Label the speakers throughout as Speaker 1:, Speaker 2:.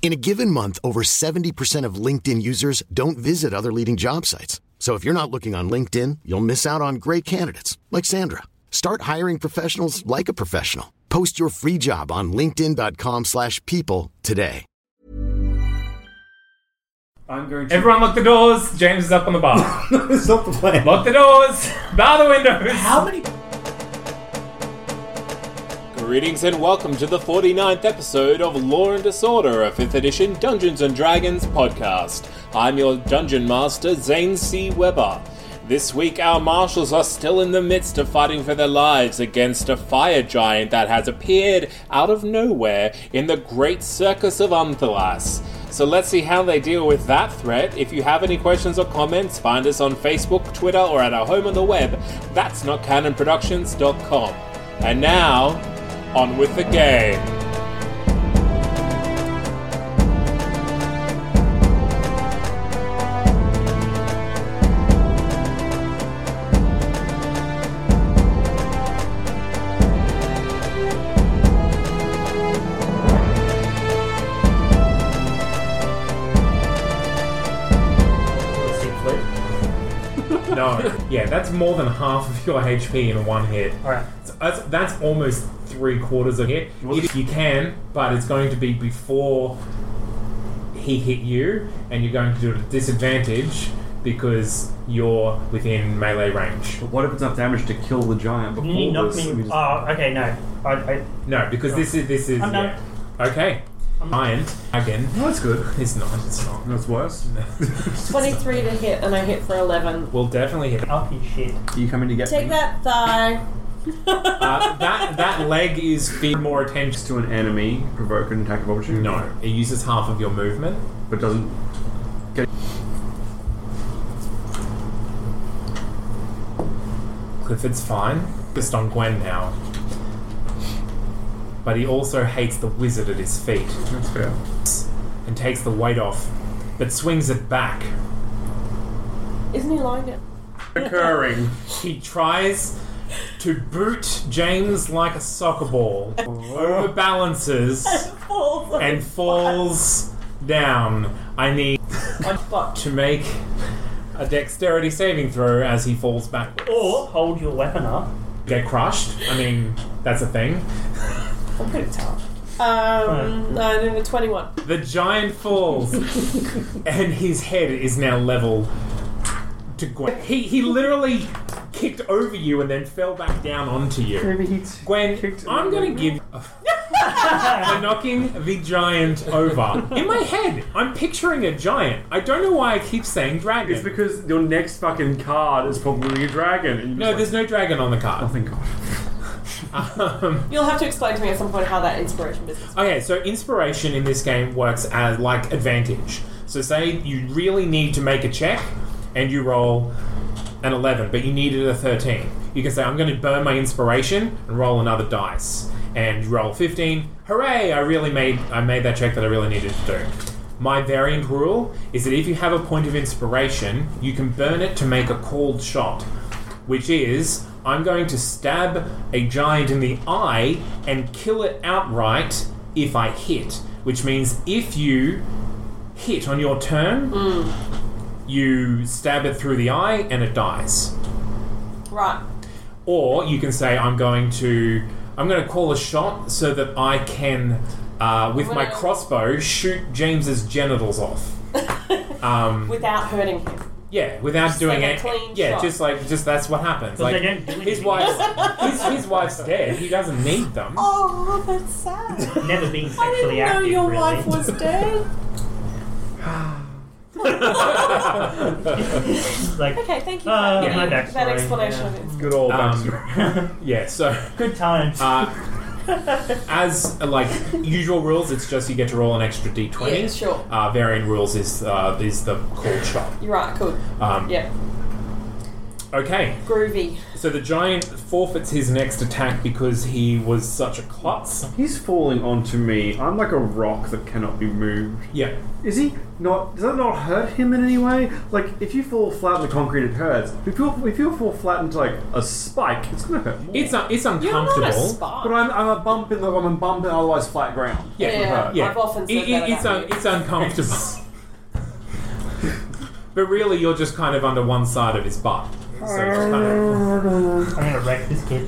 Speaker 1: In a given month, over 70% of LinkedIn users don't visit other leading job sites. So if you're not looking on LinkedIn, you'll miss out on great candidates like Sandra. Start hiring professionals like a professional. Post your free job on linkedin.com/people slash people today.
Speaker 2: I'm going to. Everyone lock the doors. James is up on the bar.
Speaker 3: That's not the plan.
Speaker 2: lock the doors. Bar the windows.
Speaker 3: How many?
Speaker 4: Greetings and welcome to the 49th episode of Law and Disorder, a 5th edition Dungeons and Dragons podcast. I'm your dungeon master, Zane C. Weber. This week, our marshals are still in the midst of fighting for their lives against a fire giant that has appeared out of nowhere in the Great Circus of Unthalas. So let's see how they deal with that threat. If you have any questions or comments, find us on Facebook, Twitter, or at our home on the web. That's notcanonproductions.com. And now, on with the game.
Speaker 2: No. Yeah, that's more than half of your HP in one hit.
Speaker 5: Alright.
Speaker 2: So That's, that's almost three quarters of hit. If you can, but it's going to be before he hit you, and you're going to do it at disadvantage because you're within melee range.
Speaker 3: But what if it's enough damage to kill the giant before
Speaker 5: You need knock
Speaker 3: this?
Speaker 5: me.
Speaker 3: We just-
Speaker 5: Oh, okay, no. I, I,
Speaker 2: No, because this is this is
Speaker 5: I'm done.
Speaker 2: yeah. okay. Iron again.
Speaker 3: No, that's good.
Speaker 2: It's not. It's not.
Speaker 3: That's worse.
Speaker 6: 23 to hit, and I hit for 11.
Speaker 2: We'll definitely hit.
Speaker 5: healthy shit.
Speaker 3: You coming to get
Speaker 6: Take
Speaker 3: me?
Speaker 6: that thigh.
Speaker 2: Uh, that that leg is feed more attention.
Speaker 3: to an enemy, provoke an attack of opportunity.
Speaker 2: No, it uses half of your movement.
Speaker 3: but doesn't.
Speaker 2: Clifford's fine. Just on Gwen now. But he also hates the wizard at his feet
Speaker 3: That's fair.
Speaker 2: and takes the weight off, but swings it back.
Speaker 6: Isn't he lying down?
Speaker 3: Occurring.
Speaker 2: He tries to boot James like a soccer ball, overbalances,
Speaker 6: Falls on
Speaker 2: and falls down. I need to make a dexterity saving throw as he falls backwards.
Speaker 5: Or hold your weapon up.
Speaker 2: Get crushed. I mean, that's a thing.
Speaker 5: I'm good at tough.
Speaker 6: Um, no, no, no, 21.
Speaker 2: The giant falls, and his head is now level to Gwen. He, he literally kicked over you and then fell back down onto you. Gwen, I'm gonna give for knocking the giant over. In my head, I'm picturing a giant. I don't know why I keep saying dragon.
Speaker 3: It's because your next fucking card is probably a dragon. And you
Speaker 2: no,
Speaker 3: just
Speaker 2: there's no dragon on the card.
Speaker 3: like, Oh, thank God.
Speaker 6: You'll have to explain to me at some point how that inspiration business
Speaker 2: Okay, so inspiration in this game works as like advantage. So say you really need to make a check and you roll an 11, but you needed a 13. You can say, I'm going to burn my inspiration and roll another dice. And you roll 15. Hooray, I really made I made that check that I really needed to do. My variant rule is that if you have a point of inspiration, you can burn it to make a called shot, which is I'm going to stab a giant in the eye and kill it outright if I hit, which means if you hit on your turn, you stab it through the eye and it dies.
Speaker 6: Right.
Speaker 2: Or you can say, I'm going to, I'm going to call a shot so that I can, uh, with my
Speaker 6: Well-
Speaker 2: crossbow, shoot James's genitals off.
Speaker 6: Without hurting him.
Speaker 2: Yeah, without doing
Speaker 6: like a
Speaker 2: it.
Speaker 6: clean
Speaker 2: yeah,
Speaker 6: shot.
Speaker 2: just like just that's what happens. Like
Speaker 5: they don't do
Speaker 2: his
Speaker 5: anything.
Speaker 2: wife's his, his wife's dead. He doesn't need them.
Speaker 6: Oh, that's sad.
Speaker 5: Never been
Speaker 6: I
Speaker 5: sexually
Speaker 6: didn't know
Speaker 5: active,
Speaker 6: your
Speaker 5: really.
Speaker 6: wife was dead.
Speaker 5: like,
Speaker 6: Okay, thank you for
Speaker 5: Uh,
Speaker 6: that,
Speaker 5: my
Speaker 6: that
Speaker 5: backstory,
Speaker 6: explanation.
Speaker 3: Good old
Speaker 2: Um,
Speaker 3: backstory.
Speaker 2: Yeah, so
Speaker 5: good times.
Speaker 2: uh, As uh, like usual rules, it's just you get to roll an extra d20.
Speaker 6: Yeah, sure.
Speaker 2: Uh, varying rules is uh, is the called shot.
Speaker 6: You're right, cool.
Speaker 2: Um,
Speaker 6: yeah,
Speaker 2: Okay,
Speaker 6: groovy.
Speaker 2: so the giant forfeits his next attack because he was such a klutz.
Speaker 3: He's falling onto me. I'm like a rock that cannot be moved.
Speaker 2: Yeah.
Speaker 3: Is he not? Does that not hurt him in any way? Like, if you fall flat on the concrete, it hurts. If you if you fall flat into like a spike, it's gonna hurt more.
Speaker 2: It's un- it's
Speaker 6: You're not a
Speaker 2: uncomfortable.
Speaker 6: spy.
Speaker 3: but I'm, I'm a bump in the I'm a bump in otherwise flat ground.
Speaker 2: Yeah,
Speaker 6: Yeah,
Speaker 2: yeah.
Speaker 6: I've often said
Speaker 2: It- it-
Speaker 6: that
Speaker 2: it's
Speaker 6: about
Speaker 2: un-
Speaker 6: you.
Speaker 2: it's uncomfortable. but really, you're just kind of under one side of his butt. So it's kind of
Speaker 5: I'm gonna wreck this kid.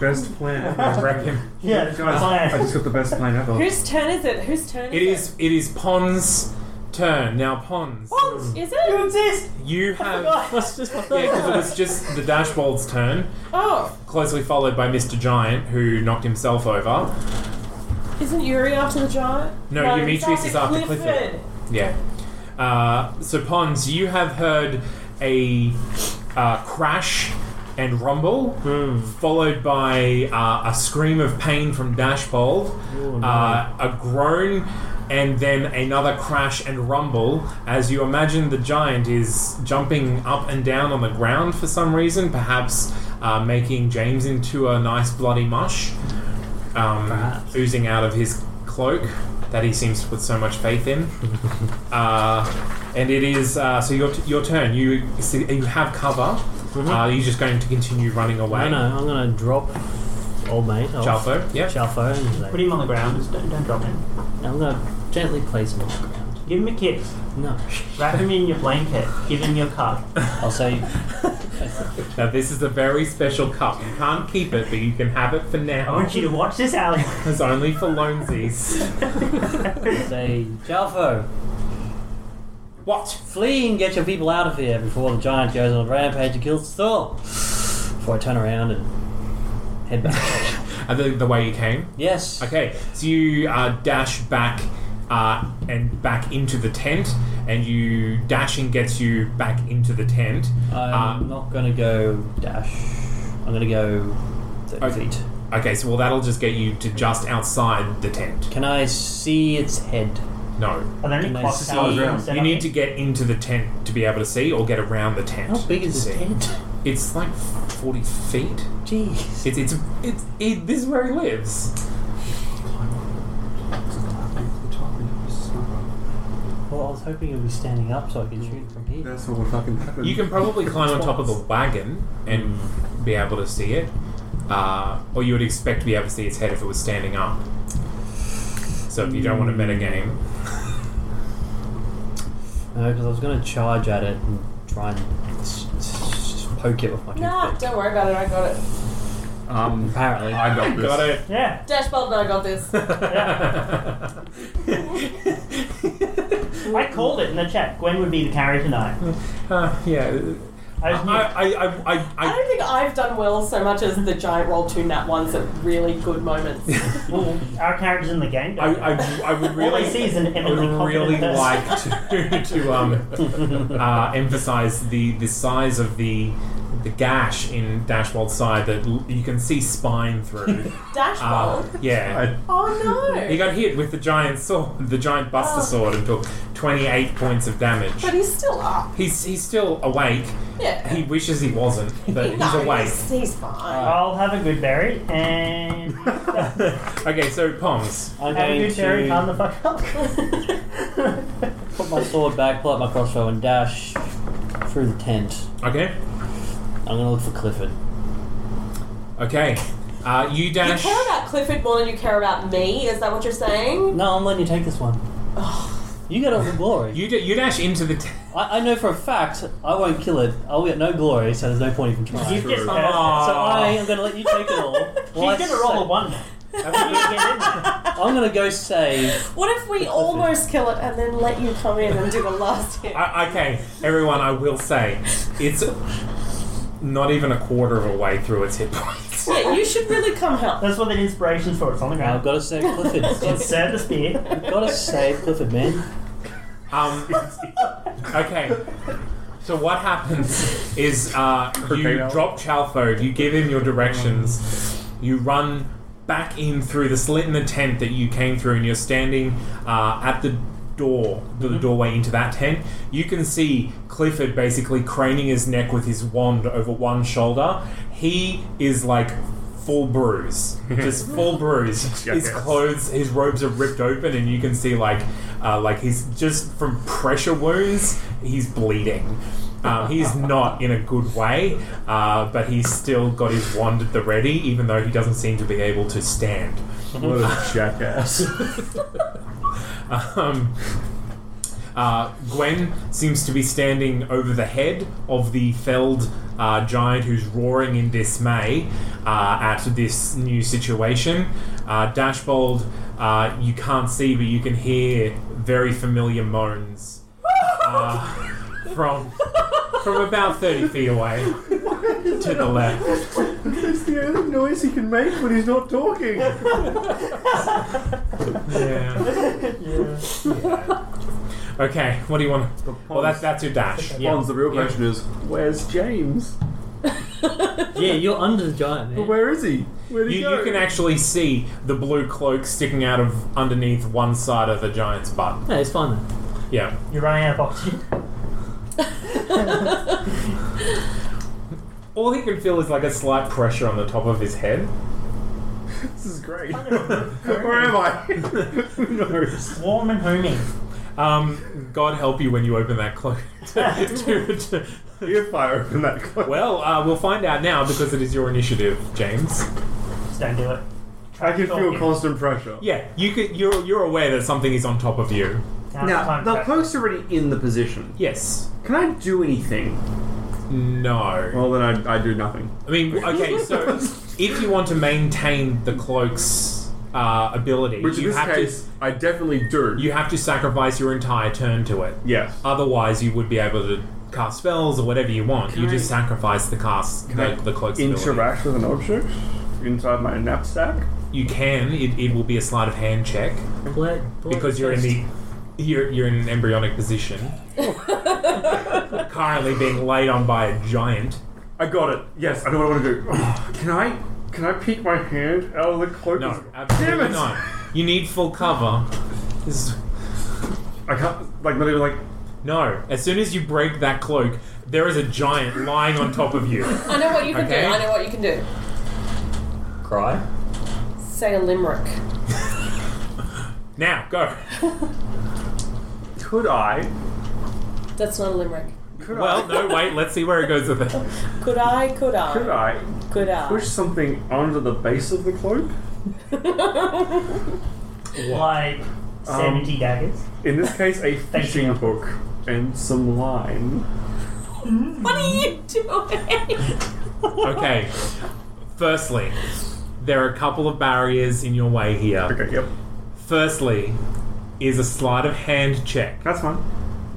Speaker 3: Best plan.
Speaker 2: wreck him.
Speaker 5: Yeah, that's
Speaker 2: uh,
Speaker 3: Guys, I just got the best plan ever.
Speaker 6: Whose turn is it? Whose turn is
Speaker 2: It
Speaker 6: it?
Speaker 2: is it is Pond's turn now. Pons,
Speaker 6: What? Is
Speaker 5: You
Speaker 6: it?
Speaker 5: exist!
Speaker 2: you have yeah
Speaker 5: Let's just
Speaker 2: because it was just the dashboard's turn,
Speaker 6: Oh,
Speaker 2: closely followed by Mr. Giant who knocked himself over.
Speaker 6: isn't Yuri after the giant?
Speaker 2: No, Demetrius is after Clifford. Yeah. Uh, so, Pons, you have heard a uh, crash and rumble, followed by uh, a scream of pain from Dashbold, uh, a groan, and then another crash and rumble. As you imagine, the giant is jumping up and down on the ground for some reason, perhaps uh, making James into a nice bloody mush um, oozing out of his cloak that he seems to put so much faith in. uh, and it is uh, so your, your turn. You see, you have cover.
Speaker 7: Mm-hmm.
Speaker 2: Uh, are you just going to continue running away?
Speaker 7: I know. I'm gonna drop old mate. off.
Speaker 2: Chalfo, yeah.
Speaker 7: Chalfo. And be like,
Speaker 5: Put him on the ground. Just don't, don't drop him.
Speaker 7: I'm gonna gently place him on the ground.
Speaker 5: Give him a kiss.
Speaker 7: No.
Speaker 5: Wrap him in your blanket. Give him your cup.
Speaker 7: I'll say.
Speaker 2: Now this is a very special cup. You can't keep it, but you can have it for
Speaker 5: I
Speaker 2: now.
Speaker 3: Oh.
Speaker 5: want you to watch this, Alex.
Speaker 2: It's only for lonesies.
Speaker 7: Say, Jalfo,
Speaker 2: what?
Speaker 7: flee and get your people out of here before the giant goes on a rampage and kills us all. Before I turn around and head back.
Speaker 2: And the, the way you came.
Speaker 7: yes.
Speaker 2: Okay, so you uh, dash back uh, and back into the tent, and you dashing gets you back into the tent.
Speaker 7: I'm
Speaker 2: Uh,
Speaker 7: not gonna go dash. I'm gonna go 30
Speaker 2: Okay.
Speaker 7: feet.
Speaker 2: Okay, so well, that'll just get you to just outside the tent.
Speaker 7: Can I see its head?
Speaker 2: No.
Speaker 5: Are there any
Speaker 7: Can I
Speaker 5: clock
Speaker 7: see-
Speaker 5: towers
Speaker 3: You
Speaker 5: set
Speaker 2: You
Speaker 5: up?
Speaker 2: need to get into the tent to be able to see, or get around the tent.
Speaker 7: How big is
Speaker 2: to
Speaker 7: its
Speaker 2: see.
Speaker 7: head?
Speaker 2: It's like forty feet.
Speaker 7: Jeez.
Speaker 2: It's it's it's it, this is where he lives.
Speaker 7: Well, I was hoping it'd be standing up so I could shoot from here.
Speaker 3: That's what would fucking happen.
Speaker 2: You can probably climb on top of the wagon and
Speaker 5: Hmm.
Speaker 2: be able to see it, uh, or you would expect to be able to see its head if it was standing up. So if you don't want to
Speaker 5: Hmm.
Speaker 2: metagame,
Speaker 7: No, because I was going to charge at it and try and s- s- s- poke it with my
Speaker 6: Nah,
Speaker 7: toothpick.
Speaker 6: don't worry about it. I got it.
Speaker 3: Um,
Speaker 7: Apparently.
Speaker 3: I got this.
Speaker 2: got it.
Speaker 5: Yeah.
Speaker 6: Dashbold, and I got this.
Speaker 5: I called it in the chat. Gwen would be the carrier tonight.
Speaker 2: Uh, yeah.
Speaker 5: I just knew.
Speaker 2: I, I, I, I,
Speaker 6: I
Speaker 2: I,
Speaker 6: don't think I've done well so much as the giant roll two nat ones at really good moments.
Speaker 5: well, our characters in the game.
Speaker 2: I,
Speaker 5: don't
Speaker 2: I, I would really,
Speaker 5: All they see is
Speaker 2: I
Speaker 5: an
Speaker 2: would
Speaker 5: eminently competent
Speaker 2: really
Speaker 5: person.
Speaker 2: like to, to um, uh, emphasize the, the size of the the gash in Dashbold's side that l- you can see spine through. Uh,
Speaker 6: Dashbold.
Speaker 2: yeah.
Speaker 6: oh no!
Speaker 2: he got hit with the giant sword, the giant buster
Speaker 6: Oh.
Speaker 2: sword, and took 28 points of damage.
Speaker 6: but he's still up.
Speaker 2: He's, he's still awake.
Speaker 6: Yeah.
Speaker 2: He wishes he wasn't, but he's
Speaker 6: No,
Speaker 2: awake.
Speaker 6: He's, he's fine.
Speaker 5: I'll have a good berry and have
Speaker 2: Okay, so Pongs.
Speaker 7: I'm
Speaker 5: a
Speaker 7: going
Speaker 5: good berry. Calm the
Speaker 7: to
Speaker 5: fuck up.
Speaker 7: put my sword back, pull out my crossbow, and dash through the tent.
Speaker 2: Okay?
Speaker 7: I'm going to look for Clifford.
Speaker 2: Okay. Uh, you
Speaker 6: You
Speaker 2: dash.
Speaker 6: care about Clifford more than you care about me. Is that what you're saying?
Speaker 7: No, I'm letting you take this one. You get all the glory.
Speaker 2: You, da- you dash into the. T-
Speaker 7: I, I know for a fact I won't kill it. I'll get no glory, so there's no point even trying.
Speaker 5: You
Speaker 7: So
Speaker 5: get
Speaker 3: True.
Speaker 5: perfect.
Speaker 7: I am going to let you take it all. While I
Speaker 5: She's gonna roll a
Speaker 7: sa-
Speaker 5: one.
Speaker 7: I'm going to go save.
Speaker 6: What if we almost kill it and then let you come in and do the last hit?
Speaker 2: I, Uh, okay, everyone, I will say, it's not even a quarter of a way through its hit points.
Speaker 6: yeah, you should really come help.
Speaker 5: That's what the inspiration's for. It's on the
Speaker 7: I've
Speaker 5: ground.
Speaker 7: got to save Clifford.
Speaker 5: Let's
Speaker 7: I've
Speaker 5: serve the spear.
Speaker 7: got to save Clifford, man.
Speaker 2: Um, okay, so what happens is uh, you
Speaker 3: Perfecto.
Speaker 2: drop Chalfo, you give him your directions, you run back in through the slit in the tent that you came through, and you're standing uh, at the door, the doorway into that tent. You can see Clifford basically craning his neck with his wand over one shoulder. He is like full bruise, just full bruise. His clothes, his robes are ripped open, and you can see like, uh, like he's just from pressure wounds. He's bleeding. Um, he's not in a good way, uh, but he's still got his wand at the ready, even though he doesn't seem to be able to stand.
Speaker 3: What a jackass.
Speaker 2: Um, uh, Gwen seems to be standing over the head of the felled uh, giant who's roaring in dismay uh, at this new situation. Uh, Dashbold, uh, you can't see, but you can hear very familiar moans uh, from from about thirty feet away to the left.
Speaker 3: It's the only noise he can make when he's not talking.
Speaker 2: Yeah. Okay. What do you want? Well, that's that's your dash. Yeah.
Speaker 3: Hans, the real
Speaker 2: Yeah.
Speaker 3: question is, where's James?
Speaker 7: Yeah, you're under the giant man.
Speaker 3: Where is he? Where did he
Speaker 2: You,
Speaker 3: go?
Speaker 2: you can actually see the blue cloak sticking out of underneath one side of the giant's butt.
Speaker 7: No, it's fine then.
Speaker 2: Yeah.
Speaker 5: You're running out of oxygen.
Speaker 2: All he can feel is like a slight pressure on the top of his head.
Speaker 3: This is great. Where am I? Who knows?
Speaker 5: Warm and homey.
Speaker 2: Um, God help you when you open that cloak. to, to, to-
Speaker 3: If I open that clock.
Speaker 2: well, uh, we'll find out now because it is your initiative, James.
Speaker 5: Just don't do it.
Speaker 3: I can feel
Speaker 5: Talking.
Speaker 3: constant pressure.
Speaker 2: Yeah, you could, you're you're aware that something is on top of you.
Speaker 5: Now,
Speaker 3: Now,
Speaker 5: time
Speaker 3: the
Speaker 5: back.
Speaker 3: cloak's already in the position.
Speaker 2: Yes.
Speaker 3: Can I do anything?
Speaker 2: No.
Speaker 3: Well, then I, I do nothing.
Speaker 2: I mean, okay. So if you want to maintain the cloak's uh, ability,
Speaker 3: Which in
Speaker 2: you
Speaker 3: this
Speaker 2: have
Speaker 3: case,
Speaker 2: to
Speaker 3: I definitely do. Uh,
Speaker 2: you have to sacrifice your entire turn to it.
Speaker 3: yes.
Speaker 2: Otherwise, you would be able to cast spells or whatever you want. you just sacrifice the cast, the, the cloak's ability.
Speaker 3: Interact with an object inside my knapsack.
Speaker 2: You can. It, it will be a sleight of hand check
Speaker 7: Play, play
Speaker 2: because you're in the you're, you're in an embryonic position, currently being laid on by a giant.
Speaker 3: I got it. Yes, I know what I want to do. can I? Can I peek my hand out of the cloak?
Speaker 2: No,
Speaker 3: Damn
Speaker 2: absolutely
Speaker 3: it.
Speaker 2: not. You need full cover. This is-
Speaker 3: I can't. Like not even like.
Speaker 2: no. As soon as you break that cloak, there is a giant lying on top of you.
Speaker 6: I know what you can
Speaker 2: Okay.
Speaker 6: do. I know what you can do.
Speaker 7: Cry.
Speaker 6: Say a limerick.
Speaker 2: Now go.
Speaker 3: Could I?
Speaker 6: That's not a limerick.
Speaker 3: Could
Speaker 2: Well,
Speaker 3: I?
Speaker 2: no, wait. Let's see where it goes with it.
Speaker 6: Could I? Could I?
Speaker 3: Could I
Speaker 6: Could I?
Speaker 3: push something onto the base of the cloak?
Speaker 5: Like 70
Speaker 3: Um,
Speaker 5: daggers.
Speaker 3: In this case, a fishing hook and some line.
Speaker 6: What are you doing?
Speaker 2: Okay. Firstly, there are a couple of barriers in your way here.
Speaker 3: Okay. Yep.
Speaker 2: Firstly, is a sleight of hand check.
Speaker 3: That's fine.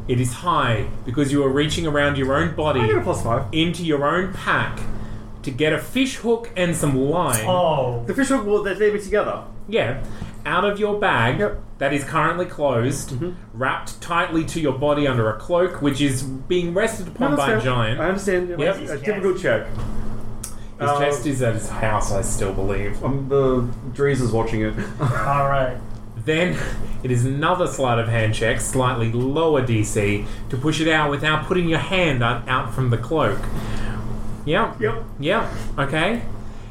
Speaker 2: It is high because you are reaching around your own
Speaker 3: I get a
Speaker 2: body
Speaker 3: plus five.
Speaker 2: into your own pack to get a fish hook and some line.
Speaker 5: Oh.
Speaker 3: The fish hook will they leave it together.
Speaker 2: Yeah. Out of your bag
Speaker 3: Yep. Mm-hmm.
Speaker 2: that is currently closed, wrapped tightly to your body under a cloak, which is being rested upon
Speaker 3: No, that's
Speaker 2: by a
Speaker 3: fair.
Speaker 2: giant.
Speaker 3: I understand. Yep.
Speaker 2: Yep.
Speaker 3: A difficult check.
Speaker 2: His chest is at his house, I still believe.
Speaker 3: Um, the Dries is watching it.
Speaker 5: Alright.
Speaker 2: Then it is another sleight of hand check, slightly lower DC, to push it out without putting your hand on, out from the cloak. Yeah.
Speaker 3: Yep.
Speaker 2: Yeah. Okay.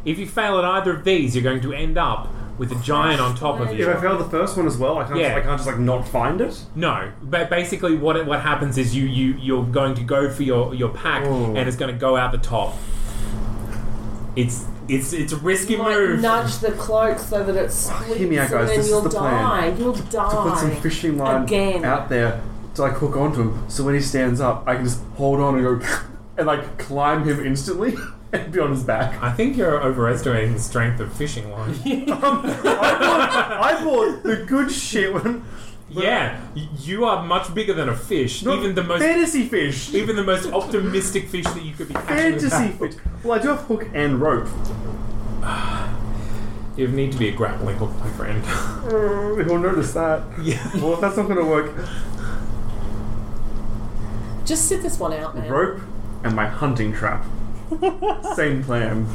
Speaker 2: If you fail at either of these, you're going to end up with a giant on top of
Speaker 3: If I
Speaker 2: you.
Speaker 3: fail the first one as well, I can't.
Speaker 2: Yeah.
Speaker 3: I can't just like not find it.
Speaker 2: No, but basically, what it, what happens is you you you're going to go for your your pack,
Speaker 3: Ooh.
Speaker 2: and it's going to go out the top. It's it's it's a risky
Speaker 6: Like,
Speaker 2: move.
Speaker 6: nudge the cloak so that it splits,
Speaker 3: Oh, hear me out, guys.
Speaker 6: and then
Speaker 3: This is
Speaker 6: you'll
Speaker 3: the plan.
Speaker 6: die. You'll
Speaker 3: To
Speaker 6: die.
Speaker 3: put some fishing line
Speaker 6: again.
Speaker 3: out there to like hook onto him, so when he stands up, I can just hold on and go and like climb him instantly and be on his back.
Speaker 2: I think you're overestimating the strength of fishing line.
Speaker 3: I bought the good shit when
Speaker 2: Yeah, y- you are much bigger than a fish. even the most,
Speaker 3: fantasy fish.
Speaker 2: even the most optimistic fish that you could be catching. with
Speaker 3: fantasy
Speaker 2: that.
Speaker 3: fish. Well, I do have hook and rope.
Speaker 2: You need to be a grappling hook, my friend.
Speaker 3: Uh, He'll notice that.
Speaker 2: yeah.
Speaker 3: Well, if that's not going to work,
Speaker 6: Just sit this one out, man.
Speaker 3: rope and my hunting trap. Same plan.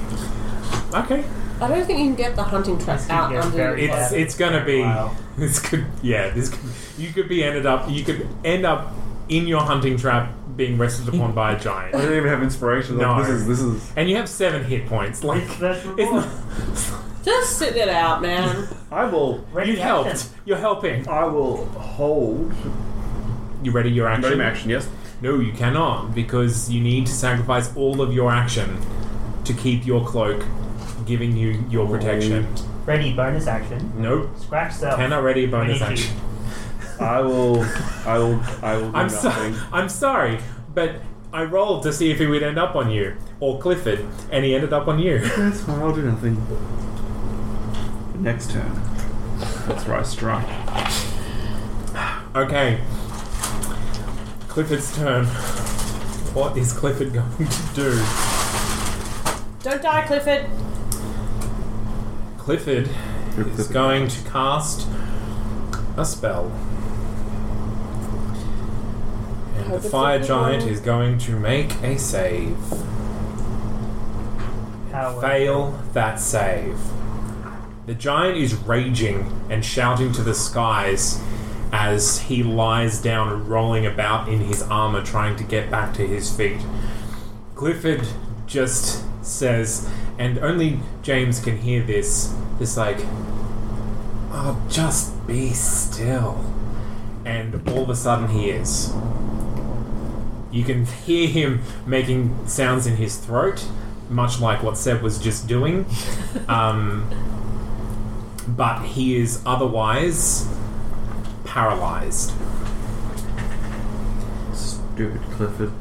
Speaker 2: Okay.
Speaker 6: I don't think you can get the hunting trap out
Speaker 5: get
Speaker 6: under
Speaker 5: very
Speaker 6: your
Speaker 2: It's
Speaker 5: Yeah.
Speaker 6: clothes.
Speaker 2: it's gonna be
Speaker 5: Wow.
Speaker 2: this could yeah this could, you could be ended up you could end up in your hunting trap being rested upon by a
Speaker 3: I
Speaker 2: giant,
Speaker 3: don't even have inspiration.
Speaker 2: No.
Speaker 3: Like, this is this is.
Speaker 2: and you have seven hit points. Like
Speaker 5: It's vegetable.
Speaker 2: it's not,
Speaker 6: Just sit it out, man.
Speaker 3: I will.
Speaker 5: Ready
Speaker 2: you've
Speaker 5: action.
Speaker 2: helped. You're helping.
Speaker 3: I will hold.
Speaker 2: You ready your action?
Speaker 3: Ready action. Yes.
Speaker 2: No, you cannot because you need to sacrifice all of your action to keep your cloak, giving you your protection.
Speaker 5: Ready, bonus action.
Speaker 2: Nope.
Speaker 5: Scratch self.
Speaker 2: Cannot ready bonus
Speaker 5: Ready to.
Speaker 2: action.
Speaker 3: I will. I will. I will. Do
Speaker 2: I'm
Speaker 3: nothing.
Speaker 2: sorry. I'm sorry, but I rolled to see if he would end up on you or Clifford, and he ended up on you.
Speaker 3: That's fine. I'll do nothing. Next turn. That's right. Strike.
Speaker 2: Okay. Clifford's turn. What is Clifford going to do?
Speaker 6: Don't die, Clifford.
Speaker 2: Clifford is going to cast a spell. And the
Speaker 6: it's
Speaker 2: fire
Speaker 6: a good
Speaker 2: giant
Speaker 6: one.
Speaker 2: is going to make a save.
Speaker 5: How, uh,
Speaker 2: Fail that save. The giant is raging and shouting to the skies as he lies down, rolling about in his armor, trying to get back to his feet. Clifford just says, and only James can hear this, just like, oh, just be still. And all of a sudden he is. You can hear him making sounds in his throat, much like what Seb was just doing. um, but he is otherwise paralyzed.
Speaker 3: Stupid Clifford.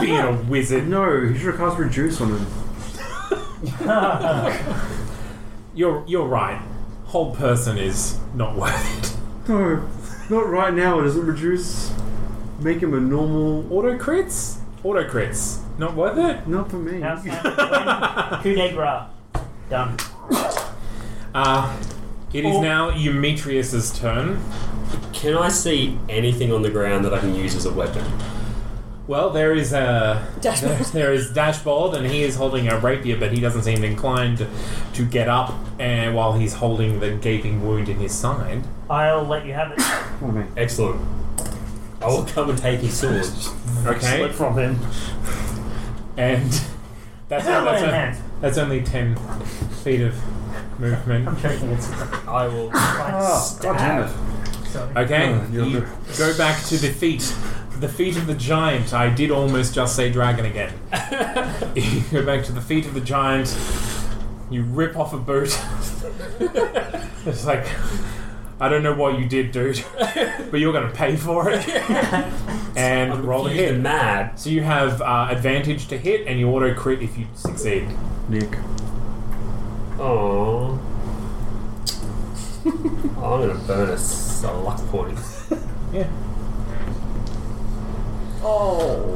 Speaker 2: Being a wizard.
Speaker 3: No, he should have cast reduce on him.
Speaker 2: You're, you're right. Whole person is not worth it.
Speaker 3: No, not right now. It doesn't reduce. Make him a normal.
Speaker 2: Auto crits? Auto crits. Not worth it?
Speaker 3: Not for me.
Speaker 5: Now's time to win. Coup de grace. Done.
Speaker 2: Uh, it is now Emetrius's turn.
Speaker 8: Can I see anything on the ground that I can use as a weapon?
Speaker 2: Well, there is a
Speaker 6: Dashboard.
Speaker 2: there- there is Dashbold, and he is holding a rapier, but he doesn't seem inclined to get up. And while he's holding the gaping wound in his side,
Speaker 5: I'll let you have it.
Speaker 3: For me.
Speaker 8: Excellent. I will come and take his sword.
Speaker 2: okay,
Speaker 5: from him.
Speaker 2: and that's that's,
Speaker 5: man.
Speaker 2: o- that's only ten feet of movement.
Speaker 5: I'm joking. It's
Speaker 8: I will.
Speaker 3: Oh, God damn it.
Speaker 5: sorry.
Speaker 2: Okay,
Speaker 3: Oh, you're
Speaker 2: you
Speaker 3: good.
Speaker 2: go back to the feet, the feet of the giant. I did almost just say dragon again. you go back to the feet of the giant. You rip off a boot. it's like I don't know what you did, dude, but you're gonna pay for it. and roll a
Speaker 8: confused and
Speaker 2: hit.
Speaker 8: mad.
Speaker 2: So you have uh, advantage to hit, and you auto crit if you succeed.
Speaker 3: Nick.
Speaker 8: Aww. I'm gonna burn a, s- a luck point.
Speaker 2: Yeah.
Speaker 6: Oh.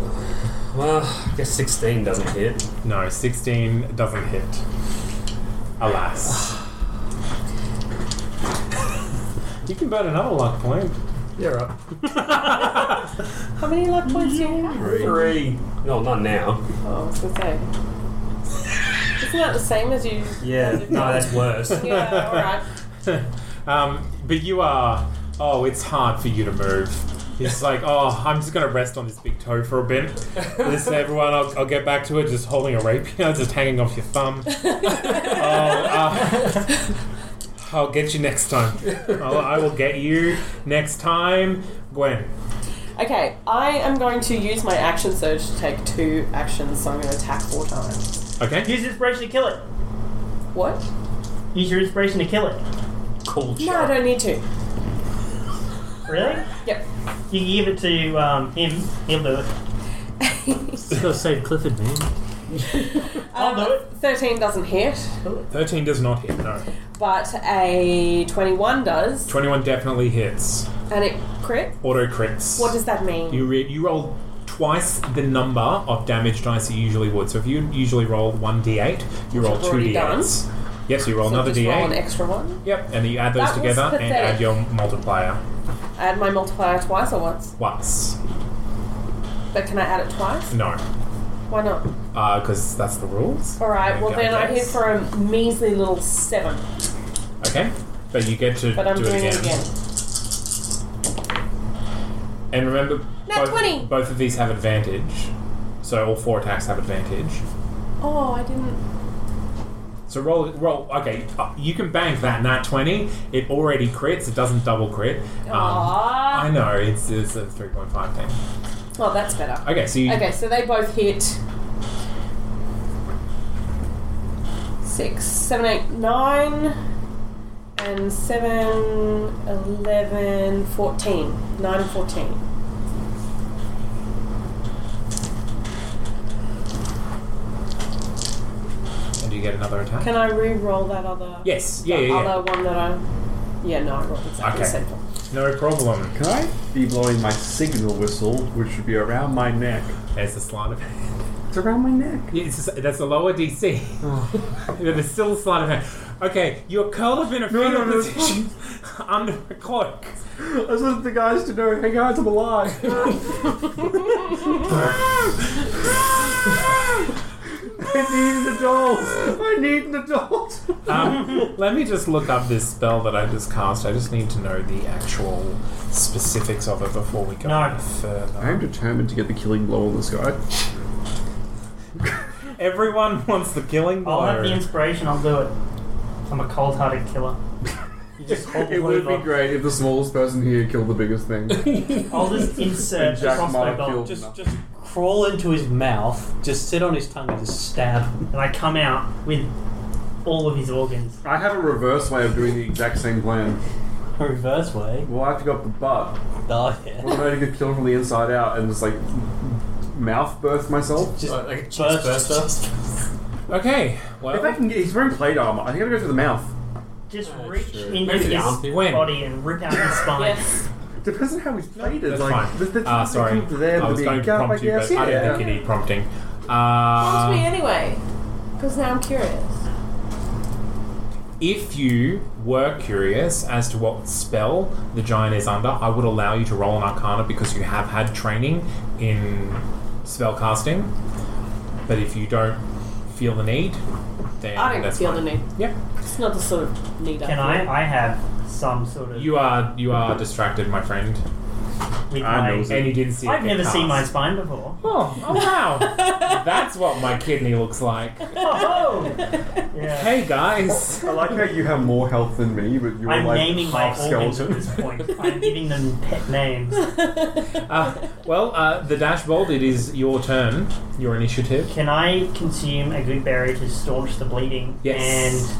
Speaker 8: Well, I guess 16 doesn't hit.
Speaker 2: No, sixteen doesn't hit. Alas. you can burn another luck point.
Speaker 8: You're up.
Speaker 6: How many luck points do you have?
Speaker 8: Three. No, not now.
Speaker 6: Oh, I was gonna say. Isn't that the same as you?
Speaker 8: Yeah, no, that's worse.
Speaker 6: Yeah, alright.
Speaker 2: Um, but you are. Oh, it's hard for you to move. It's like, oh, I'm just gonna rest on this big toe for a bit. Listen, everyone, I'll, I'll get back to it. Just holding a rapier, just hanging off your thumb. oh, uh, I'll get you next time. I'll, I will get you next time, Gwen.
Speaker 6: Okay, I am going to use my action surge to take two actions, so I'm going to attack four times.
Speaker 2: Okay.
Speaker 5: Use inspiration to kill it.
Speaker 6: What?
Speaker 5: Use your inspiration to kill it.
Speaker 8: Cool
Speaker 6: No, I
Speaker 8: shot.
Speaker 6: don't need to.
Speaker 5: Really?
Speaker 6: Yep.
Speaker 5: You can give it to um, him. He'll do it.
Speaker 7: Gotta save Clifford, man.
Speaker 5: I'll do it.
Speaker 6: 13 doesn't hit,
Speaker 2: Thirteen does not hit. No.
Speaker 6: but a 21 does,
Speaker 2: Twenty-one definitely hits.
Speaker 6: and it crit.
Speaker 2: Auto crits.
Speaker 6: What does that mean?
Speaker 2: You, re- you roll twice the number of damage dice you usually would. So if you usually roll 1d8, you roll
Speaker 6: I've
Speaker 2: 2d8s.
Speaker 6: already
Speaker 2: Yes, you roll
Speaker 6: So
Speaker 2: another
Speaker 6: just
Speaker 2: d8.
Speaker 6: roll an extra one.
Speaker 2: yep, and you add those
Speaker 6: That was
Speaker 2: together and
Speaker 6: pathetic.
Speaker 2: add your multiplier
Speaker 6: Add my multiplier twice or once,
Speaker 2: once.
Speaker 6: but can I add it twice?
Speaker 2: No.
Speaker 6: Why not?
Speaker 2: Because that's the rules.
Speaker 6: All right.
Speaker 2: Mm. Okay,
Speaker 6: Well, then I hit
Speaker 2: guess.
Speaker 6: for a measly little seven,
Speaker 2: Okay, but you get to
Speaker 6: but I'm
Speaker 2: do
Speaker 6: doing
Speaker 2: it
Speaker 6: it
Speaker 2: again.
Speaker 6: again.
Speaker 2: And remember,
Speaker 6: Nat
Speaker 2: both,
Speaker 6: 20.
Speaker 2: both of these have advantage, so all four attacks have advantage.
Speaker 6: Oh, I didn't.
Speaker 2: So roll, roll. Okay, uh, you can bank that nat twenty. It already crits. It doesn't double crit. Um,
Speaker 6: Aww.
Speaker 2: I know it's, it's a three point five thing.
Speaker 6: Ah. Well, that's better.
Speaker 2: Okay, so you,
Speaker 6: Okay, so they both hit. Six, seven, eight, nine, and seven, eleven, fourteen. Nine and fourteen.
Speaker 2: and do you get another attack?
Speaker 6: Can I re-roll that other?
Speaker 2: yes. Yeah.
Speaker 6: The
Speaker 2: Yeah. yeah.
Speaker 6: other one that I. Yeah, no, I rolled exactly
Speaker 2: Okay.
Speaker 6: the same one.
Speaker 2: No problem.
Speaker 3: Can I be blowing my signal whistle, which should be around my neck?
Speaker 2: There's the sleight of hand.
Speaker 3: It's around my neck.
Speaker 2: Yeah, It's just, that's a lower DC. But it's still a sleight of hand. Okay, you're curled up in a
Speaker 3: Oh. No,
Speaker 2: fetal
Speaker 3: no, no, it's
Speaker 2: position under a cloak.
Speaker 3: I just want the guys to know, hey guys, I'm alive. I need an adult. I need an adult.
Speaker 2: Um, let me just look up this spell that I just cast. I just need to know the actual specifics of it before we go
Speaker 5: No.
Speaker 2: any further.
Speaker 3: I am determined to get the killing blow on this guy.
Speaker 2: Everyone wants the killing blow.
Speaker 5: I'll have the inspiration. I'll do it. I'm a cold-hearted killer. You just hold
Speaker 3: It would be
Speaker 5: over.
Speaker 3: great if the smallest person here killed the biggest thing.
Speaker 5: I'll just insert the
Speaker 3: Jack
Speaker 5: crossbow
Speaker 3: Mara
Speaker 5: bolt,
Speaker 3: killed-
Speaker 5: just,
Speaker 7: Just, just crawl into his mouth, just sit on his tongue and just stab him.
Speaker 5: and I come out with all of his organs.
Speaker 3: I have a reverse way of doing the exact same plan.
Speaker 7: A reverse way.
Speaker 3: Well, I have to go up the butt.
Speaker 7: Oh, yeah.
Speaker 3: What if I get killed from the inside out and just like mouth birth myself?
Speaker 7: Just
Speaker 8: Like a chest
Speaker 7: burst-
Speaker 8: burster.
Speaker 2: Okay,
Speaker 3: If I
Speaker 2: well,
Speaker 3: can get, he's wearing plate armor. I think I gotta go through the mouth.
Speaker 5: Just reach
Speaker 8: true.
Speaker 5: into
Speaker 8: Maybe the
Speaker 5: his
Speaker 8: armpit.
Speaker 2: When?
Speaker 5: body and rip out his spine.
Speaker 6: Yes.
Speaker 3: Depends on how he's plated.
Speaker 2: that's
Speaker 3: like,
Speaker 2: fine.
Speaker 3: There's, there's
Speaker 2: Ah,
Speaker 3: there's
Speaker 2: sorry.
Speaker 3: people there,
Speaker 2: I was
Speaker 3: but
Speaker 2: going
Speaker 3: they
Speaker 2: to
Speaker 3: go up,
Speaker 2: prompt
Speaker 3: I
Speaker 2: you,
Speaker 3: guess,
Speaker 2: but I
Speaker 3: yeah.
Speaker 2: don't think you need prompting.
Speaker 6: Ask me
Speaker 2: Uh,
Speaker 6: anyway, because now I'm curious.
Speaker 2: if you were curious as to what spell the giant is under, I would allow you to roll an arcana because you have had training in spell casting. But if you don't feel the need, then
Speaker 6: I don't
Speaker 2: that's
Speaker 6: feel
Speaker 2: fine.
Speaker 6: the need.
Speaker 2: Yeah.
Speaker 6: It's not the sort of need I
Speaker 5: Can
Speaker 6: feel.
Speaker 5: I? I have some sort of.
Speaker 2: You are you are distracted, my friend.
Speaker 5: with
Speaker 3: I
Speaker 5: my-
Speaker 3: knows it.
Speaker 2: And you didn't see.
Speaker 5: I've
Speaker 2: it get
Speaker 5: never seen my
Speaker 2: cast.
Speaker 5: spine before.
Speaker 2: Oh, oh wow! That's what my kidney looks like.
Speaker 5: Oh! yeah.
Speaker 2: Hey guys,
Speaker 3: I like how you have more health than me, but you're
Speaker 5: I'm
Speaker 3: like
Speaker 5: naming my
Speaker 3: half
Speaker 5: organs at
Speaker 3: skeleton.
Speaker 5: this point. I'm giving them pet names.
Speaker 2: uh, well, uh, the dash bold. It is your turn. Your initiative.
Speaker 5: Can I consume a good berry to staunch the bleeding?
Speaker 2: Yes.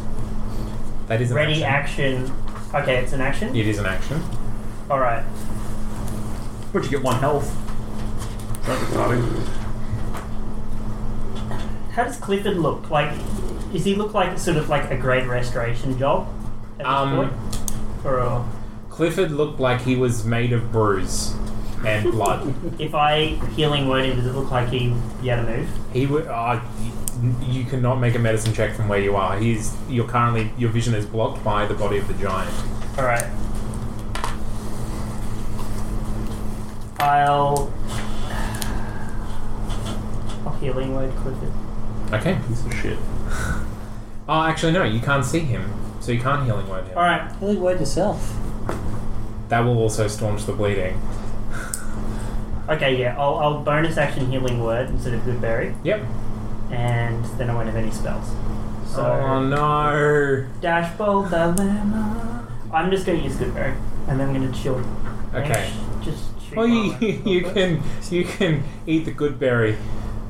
Speaker 2: That is
Speaker 5: And
Speaker 2: an
Speaker 5: ready
Speaker 2: action.
Speaker 5: action. Okay, it's an action?
Speaker 2: It is an action.
Speaker 5: Alright.
Speaker 3: But you get one health. That's exciting.
Speaker 5: How does Clifford look? Like, does he look like sort of like a great restoration job at this
Speaker 2: Um,
Speaker 5: point? Or uh,
Speaker 2: Clifford looked like he was made of bruise and blood.
Speaker 5: if I healing word him, does it look like he be able to move?
Speaker 2: he would. Uh, you cannot make a medicine check from where you are. He's. You're currently. Your vision is blocked by the body of the giant.
Speaker 5: Alright. I'll. I'll healing word Clifford.
Speaker 2: Okay.
Speaker 3: Piece of shit.
Speaker 2: Oh, actually, no. You can't see him, so you can't healing word him.
Speaker 5: Alright.
Speaker 7: Really word yourself.
Speaker 2: That will also staunch the bleeding.
Speaker 5: Okay, yeah, I'll, I'll bonus action healing word instead of good berry,
Speaker 2: Yep.
Speaker 5: and then I won't have any spells. So
Speaker 2: Oh no.
Speaker 5: dash bold dilemma. I'm just going to use good berry, and then I'm going to chill.
Speaker 2: Okay.
Speaker 5: And sh- just shoot
Speaker 2: Well,
Speaker 5: my
Speaker 2: Oh, you,
Speaker 5: one.
Speaker 2: you can you can eat the good berry.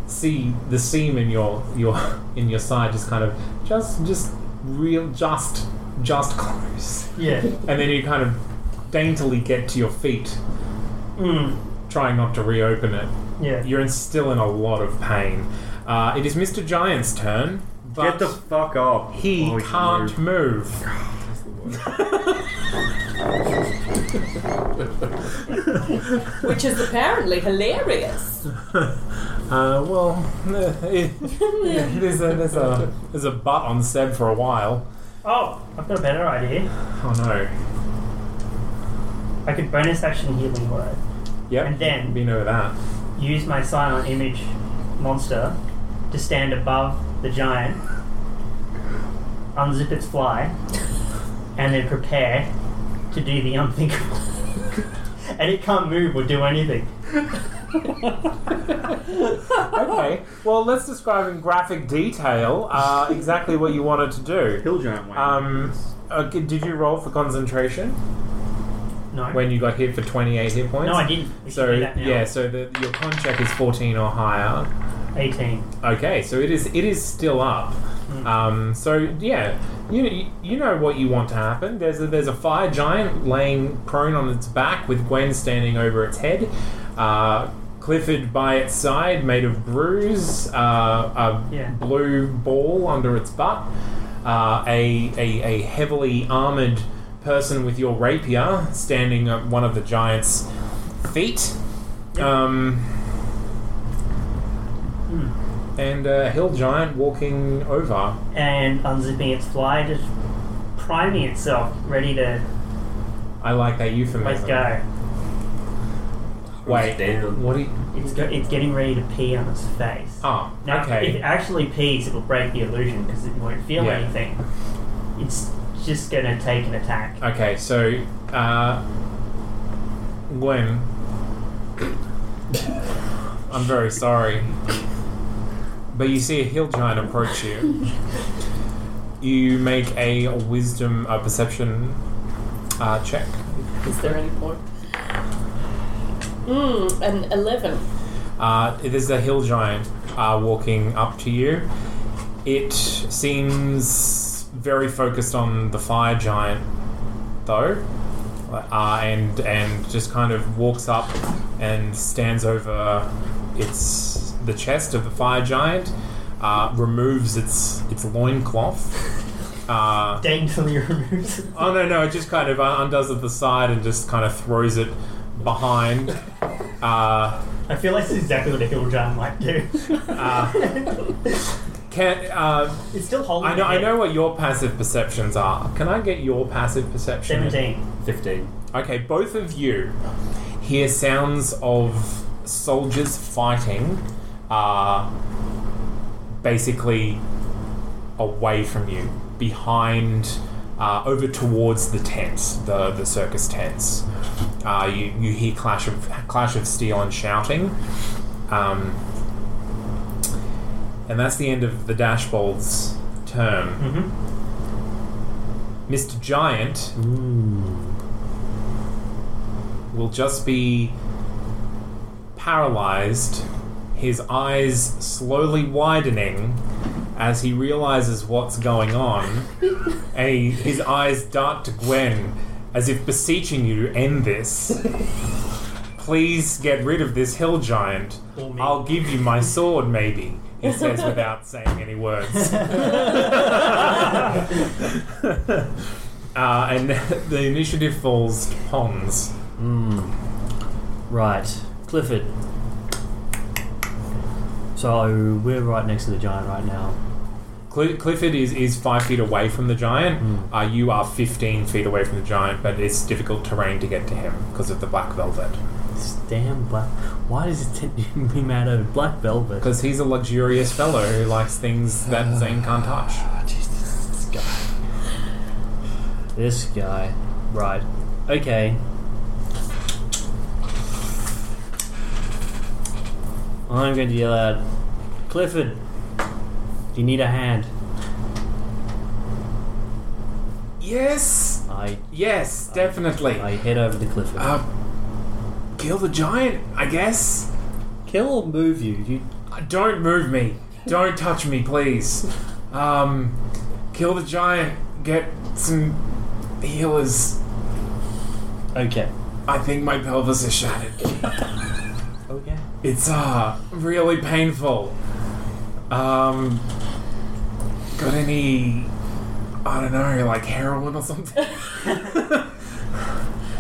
Speaker 2: See the seam in your your in your side, just kind of just just real just just close,
Speaker 5: Yeah.
Speaker 2: and then you kind of daintily get to your feet,
Speaker 3: Hmm.
Speaker 5: Mm,
Speaker 2: trying not to reopen it.
Speaker 5: yeah.
Speaker 2: You're in, still in a lot of pain. Uh, it is Mr. Giant's turn, but
Speaker 3: Get the fuck up.
Speaker 2: he
Speaker 3: Oh, you
Speaker 2: can't
Speaker 3: know.
Speaker 2: move.
Speaker 6: Which is apparently hilarious.
Speaker 2: Uh, well, there's a there's a there's a butt on Seb for a while.
Speaker 5: oh, I've got a better idea.
Speaker 2: Oh no.
Speaker 5: I could bonus action healing word,
Speaker 2: Yep.
Speaker 5: And then-
Speaker 2: been over that.
Speaker 5: use my silent image monster to stand above the giant, unzip its fly, and then prepare to do the unthinkable. and it can't move or do anything.
Speaker 2: Okay, well, let's describe in graphic detail uh, exactly what you wanted to do.
Speaker 3: Hill giant wing.
Speaker 2: Um, okay, did you roll for concentration
Speaker 5: No.
Speaker 2: when you got hit for 28 hit points?
Speaker 5: no, I didn't. We should
Speaker 2: So,
Speaker 5: do that now.
Speaker 2: yeah, so the, your con check is 14 or higher.
Speaker 5: 18.
Speaker 2: Okay, so it is it is still up. Um, so yeah, you you know what you want to happen. There's a, there's a fire giant laying prone on its back with Gwen standing over its head. Uh, Clifford by its side, made of bruise, uh, a
Speaker 5: Yeah.
Speaker 2: blue ball under its butt, uh, a, a, a heavily armored person with your rapier standing at one of the giant's feet. Um, and a hill giant walking over.
Speaker 5: And unzipping its fly, just priming itself, ready to
Speaker 2: I like that
Speaker 5: let's
Speaker 2: euphemism.
Speaker 5: go.
Speaker 2: Wait,
Speaker 8: Down.
Speaker 2: what? Are you...
Speaker 5: It's, go, it's getting ready to pee on its face.
Speaker 2: Oh,
Speaker 5: Now, if
Speaker 2: okay.
Speaker 5: it actually pees, it'll break the illusion because it won't feel
Speaker 2: Yeah.
Speaker 5: anything. It's just going to take an attack.
Speaker 2: Okay, so, uh, Gwen, I'm very sorry, but you see a hill giant approach you. You make a wisdom, a perception uh, check.
Speaker 6: Is there any point? Mm, an 11.
Speaker 2: Uh, it is a hill giant uh, walking up to you. It seems very focused on the fire giant, though, uh, and and just kind of walks up and stands over its the chest of the fire giant, uh, removes its its loincloth. Uh,
Speaker 7: Oh.
Speaker 5: Daintily removes it.
Speaker 2: Oh no, no! It just kind of uh, undoes it the side and just kind of throws it behind. Uh,
Speaker 5: I feel like this is exactly what a hill giant might do.
Speaker 2: can uh,
Speaker 5: it's still holding
Speaker 2: I know, I
Speaker 5: it.
Speaker 2: know what your passive perceptions are. Can I get your passive perception?
Speaker 5: 17.
Speaker 8: 15.
Speaker 2: Okay, both of you hear sounds of soldiers fighting, uh, basically away from you, behind, uh, over towards the tents, the, the circus tents. Uh, you, you hear clash of clash of steel and shouting. Um, and that's the end of the Dashbold's term. Mr. Giant will just be paralyzed, his eyes slowly widening as he realizes what's going on, and he, his eyes dart to Gwen as if beseeching you to end this. Please get rid of this hill giant.
Speaker 5: Or me.
Speaker 2: I'll give you my sword, maybe, he says without saying any words. Uh, and the initiative falls to Pons.
Speaker 7: Right, Clifford. So we're right next to the giant right now.
Speaker 2: Cl- Clifford is, is five feet away from the giant.
Speaker 7: Hmm.
Speaker 2: Uh, you are 15 feet away from the giant, but it's difficult terrain to get to him because of the black velvet.
Speaker 7: This damn black. Why does it tend to be mad over black velvet?
Speaker 2: Because he's a luxurious fellow who likes things
Speaker 7: Ah.
Speaker 2: that Zane can't touch.
Speaker 7: This guy. This guy. Right. Okay. I'm going to yell out, Clifford, do you need a hand?
Speaker 2: Yes!
Speaker 7: I
Speaker 2: Yes, definitely.
Speaker 7: I head over to Clifford.
Speaker 5: Ah.
Speaker 2: Uh, kill the giant, I guess.
Speaker 7: Kill or move you? You
Speaker 2: Uh, Don't move me. Don't touch me, please. Um, kill the giant. Get some healers.
Speaker 7: okay?
Speaker 2: I think my pelvis is shattered.
Speaker 7: Okay.
Speaker 2: It's uh really painful. Um, got any? I don't know, like heroin or something.
Speaker 7: I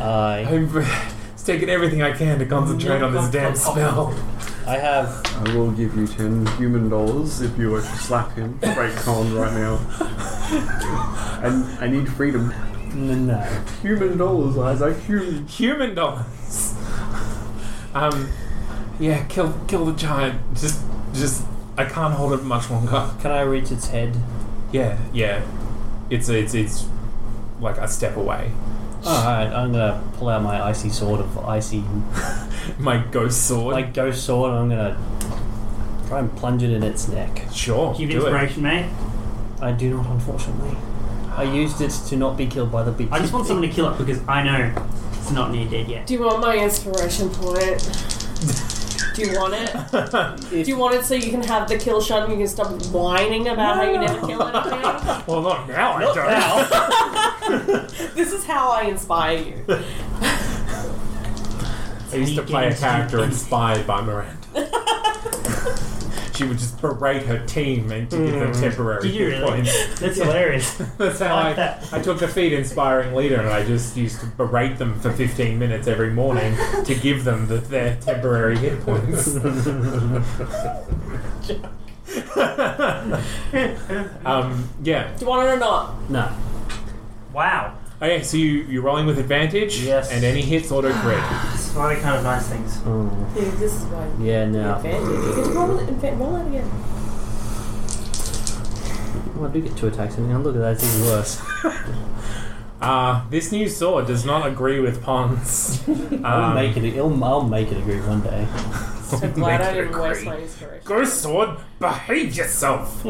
Speaker 2: I'm just taking everything I can to concentrate on this damn spell.
Speaker 7: I have
Speaker 3: I will give you ten human dollars if you were to slap him. Break con right now. And I need freedom.
Speaker 7: n- no.
Speaker 3: Human dollars, Isaac. Human.
Speaker 2: Human dollars. Um, yeah, kill kill the giant. Just just I can't hold it much longer.
Speaker 7: Can I reach its head?
Speaker 2: Yeah, yeah. It's it's it's like a step away.
Speaker 7: Alright, I'm gonna pull out my icy sword of icy,
Speaker 2: My ghost sword.
Speaker 7: like ghost sword, and I'm gonna try and plunge it in its neck.
Speaker 2: sure,
Speaker 5: Keep
Speaker 2: do it.
Speaker 5: inspiration, mate.
Speaker 7: I do not, unfortunately. I used it to not be killed by the big.
Speaker 5: I just want someone to kill it because I know it's not near dead yet.
Speaker 6: Do you want my inspiration point? Do you want it? Do you want it so you can have the kill shot and you can stop whining about how you never kill anything?
Speaker 2: Well, not now. I don't.
Speaker 6: this is how I inspire you.
Speaker 2: I used to play a character inspired by Miranda. she would just berate her team and to give them temporary
Speaker 5: Do you
Speaker 2: hit
Speaker 5: really?
Speaker 2: points.
Speaker 5: That's hilarious.
Speaker 2: That's how
Speaker 5: I
Speaker 2: I,
Speaker 5: like that.
Speaker 2: I took the feed inspiring leader and I just used to berate them for 15 minutes every morning to give them the, their temporary hit points. um, yeah.
Speaker 6: Do you want it or not?
Speaker 7: No.
Speaker 5: Wow.
Speaker 2: Okay, so you, you're rolling with advantage.
Speaker 7: Yes.
Speaker 2: And any hits auto crit.
Speaker 5: This is why we can't have nice things.
Speaker 3: Hmm.
Speaker 6: Yeah, this is why.
Speaker 7: Yeah, no.
Speaker 6: Advantage. It's probably infa- roll it again.
Speaker 7: Well, I do get two attacks in there. Look at that, it's even worse.
Speaker 2: Uh, this new sword does not agree with Pons.
Speaker 7: I'll
Speaker 2: Um,
Speaker 7: make it. I'll, I'll make it a group one day.
Speaker 6: So glad
Speaker 2: Make
Speaker 6: I
Speaker 2: it
Speaker 6: didn't waste
Speaker 2: agree.
Speaker 6: my inspiration.
Speaker 2: Ghost sword, behave yourself.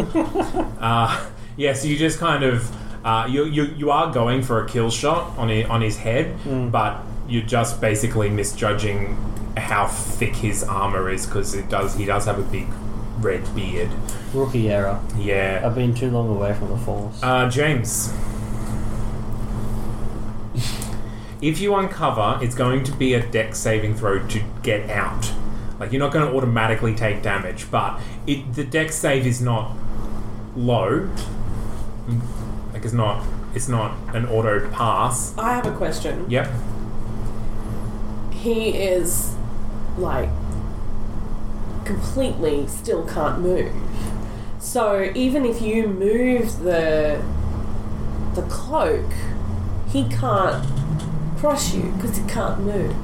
Speaker 2: uh, yeah, so you just kind of uh, you, you you are going for a kill shot on his, on his head,
Speaker 6: Hmm.
Speaker 2: but you're just basically misjudging how thick his armor is because it does he does have a big red beard.
Speaker 7: Rookie error.
Speaker 2: Yeah,
Speaker 7: I've been too long away from the force.
Speaker 2: uh, James. If you uncover, it's going to be a deck saving throw to get out. Like you're not going to automatically take damage, but it, the deck save is not low. Like it's not it's not an auto pass.
Speaker 6: I have a question.
Speaker 2: Yep.
Speaker 6: He is like completely still can't move. So even if you move the the cloak, he can't cross you because he can't move.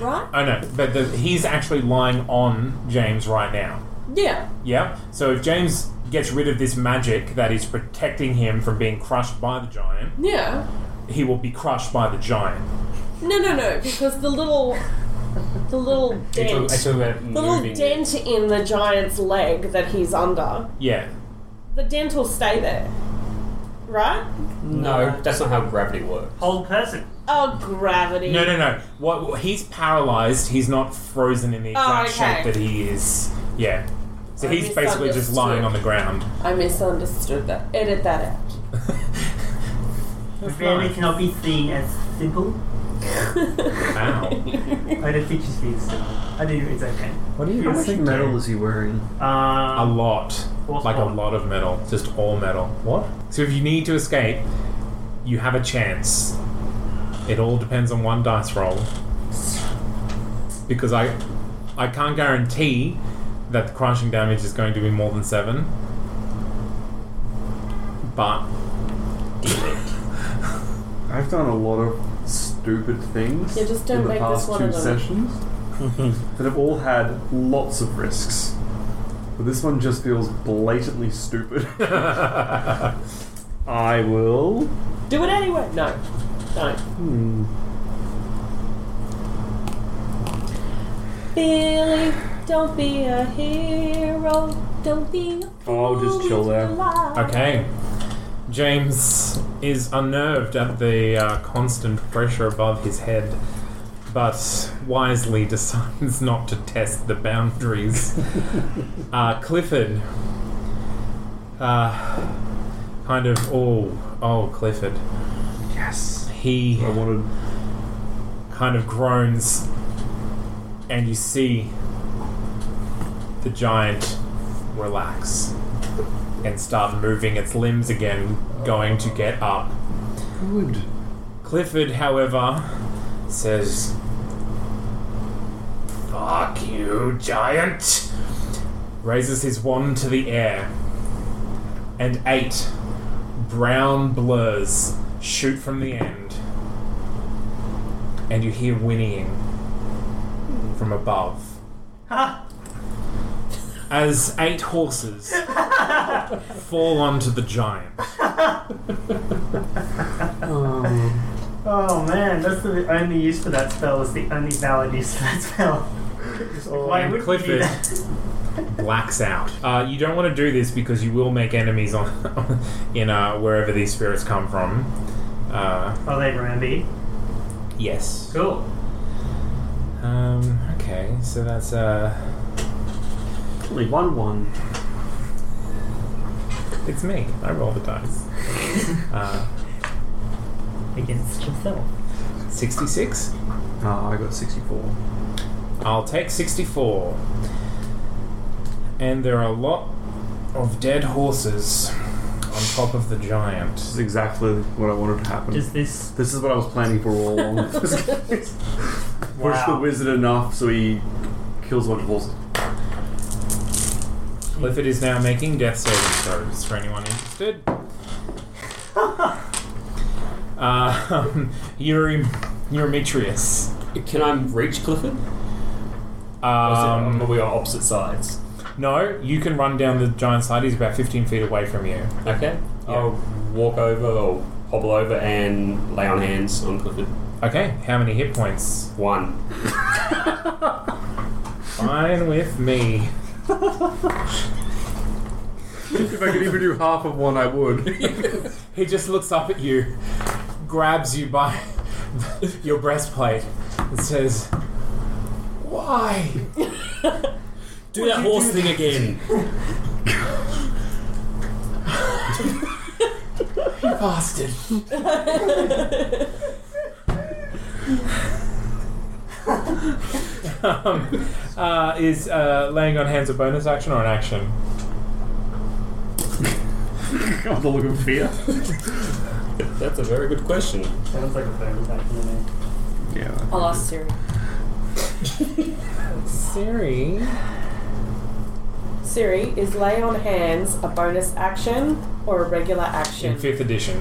Speaker 6: Right?
Speaker 2: Oh no, but the, he's actually lying on James right now.
Speaker 6: Yeah.
Speaker 2: Yep. So if James gets rid of this magic that is protecting him from being crushed by the giant,
Speaker 6: Yeah.
Speaker 2: he will be crushed by the giant.
Speaker 6: No, no, no. Because the little the little dent,
Speaker 8: I talk about
Speaker 6: the little
Speaker 8: moving.
Speaker 6: dent in the giant's leg that he's under,
Speaker 2: Yeah.
Speaker 6: the dent will stay there. Right?
Speaker 8: No, that's not how gravity works.
Speaker 5: Whole person.
Speaker 6: Oh, gravity.
Speaker 2: No, no, no. What, what- he's paralyzed. He's not frozen in the
Speaker 6: Oh,
Speaker 2: exact
Speaker 6: okay.
Speaker 2: shape that he is. Yeah. So
Speaker 6: I
Speaker 2: he's basically just
Speaker 6: misunderstood.
Speaker 2: lying on the ground.
Speaker 6: I misunderstood that. Edit that out.
Speaker 5: Barely cannot be seen as simple.
Speaker 2: Wow.
Speaker 5: I don't think she's being simple. I do. It's okay.
Speaker 3: What do you, how much metal is he wearing?
Speaker 2: a
Speaker 5: Um,
Speaker 2: lot.
Speaker 5: What's
Speaker 2: Like a
Speaker 5: on?
Speaker 2: lot of metal. Just all metal. What? So if you need to escape, you have a chance. It all depends on one dice roll. Because I I can't guarantee that the crashing damage is going to be more than seven. But
Speaker 3: I've done a lot of stupid things
Speaker 6: Yeah, just don't
Speaker 3: in the
Speaker 6: make this
Speaker 3: past
Speaker 6: one
Speaker 3: two
Speaker 6: of them.
Speaker 3: sessions that have all had lots of risks. But this one just feels blatantly stupid. I will.
Speaker 6: Do it anyway. No. No.
Speaker 2: Hmm.
Speaker 6: Billy, don't be a hero. Don't be a
Speaker 3: I'll just chill there.
Speaker 2: Okay. James is unnerved at the uh, constant pressure above his head, but wisely decides not to test the boundaries. uh, Clifford. Uh, kind of. Oh, oh, Clifford.
Speaker 3: Yes.
Speaker 2: He
Speaker 3: I wanted.
Speaker 2: kind of groans, and you see the giant relax and start moving its limbs again, going to get up.
Speaker 3: Good.
Speaker 2: Clifford, however, says, Fuck you, giant! Raises his wand to the air, and eight brown blurs shoot from the end, and you hear whinnying from above. as eight horses fall onto the giant.
Speaker 5: Oh man, that's the only use for that spell. Is the only valid use for that spell. Why
Speaker 2: and
Speaker 5: would we do
Speaker 2: Clifford
Speaker 5: that?
Speaker 2: blacks out. Uh, you don't want to do this because you will make enemies on in uh, wherever these spirits come from. Uh,
Speaker 5: Oh, they remember you.
Speaker 2: yes.
Speaker 5: Cool.
Speaker 2: Um, okay, so that's uh,
Speaker 3: Only one one.
Speaker 2: it's me. I roll the dice. Uh,
Speaker 5: Against yourself.
Speaker 2: Sixty-six.
Speaker 3: Ah, I got sixty four.
Speaker 2: I'll take 64. And there are a lot of dead horses on top of the giant.
Speaker 3: This is exactly what I wanted to happen.
Speaker 5: Does this?
Speaker 3: this is what I was planning for all along. Push the
Speaker 5: Wow.
Speaker 3: wizard enough so he kills a bunch of horses.
Speaker 2: Clifford is now making death saving throws for anyone interested. uh, Yuri, Eurymetrius.
Speaker 8: Can I reach Clifford?
Speaker 2: Um,
Speaker 8: Um, we are opposite sides.
Speaker 2: no, you can run down the giant side. He's about 15 feet away from you.
Speaker 8: Okay. I'll walk over or hobble over and lay on hands on Clifford.
Speaker 2: Okay, how many hit points?
Speaker 8: One.
Speaker 2: Fine with me.
Speaker 3: If I could even do half of one, I would.
Speaker 2: He just looks up at you, grabs you by your breastplate, and says, Why?
Speaker 8: Do that horse thing again.
Speaker 2: You bastard. um, uh, is uh, laying on hands a bonus action or an action?
Speaker 3: I'm the look of fear.
Speaker 8: That's a very good question.
Speaker 5: Sounds like a bonus action to me.
Speaker 3: Yeah.
Speaker 6: I'll ask Siri.
Speaker 2: Siri.
Speaker 6: Siri, is lay on hands a bonus action or a regular
Speaker 2: In
Speaker 6: action?
Speaker 2: 5th edition.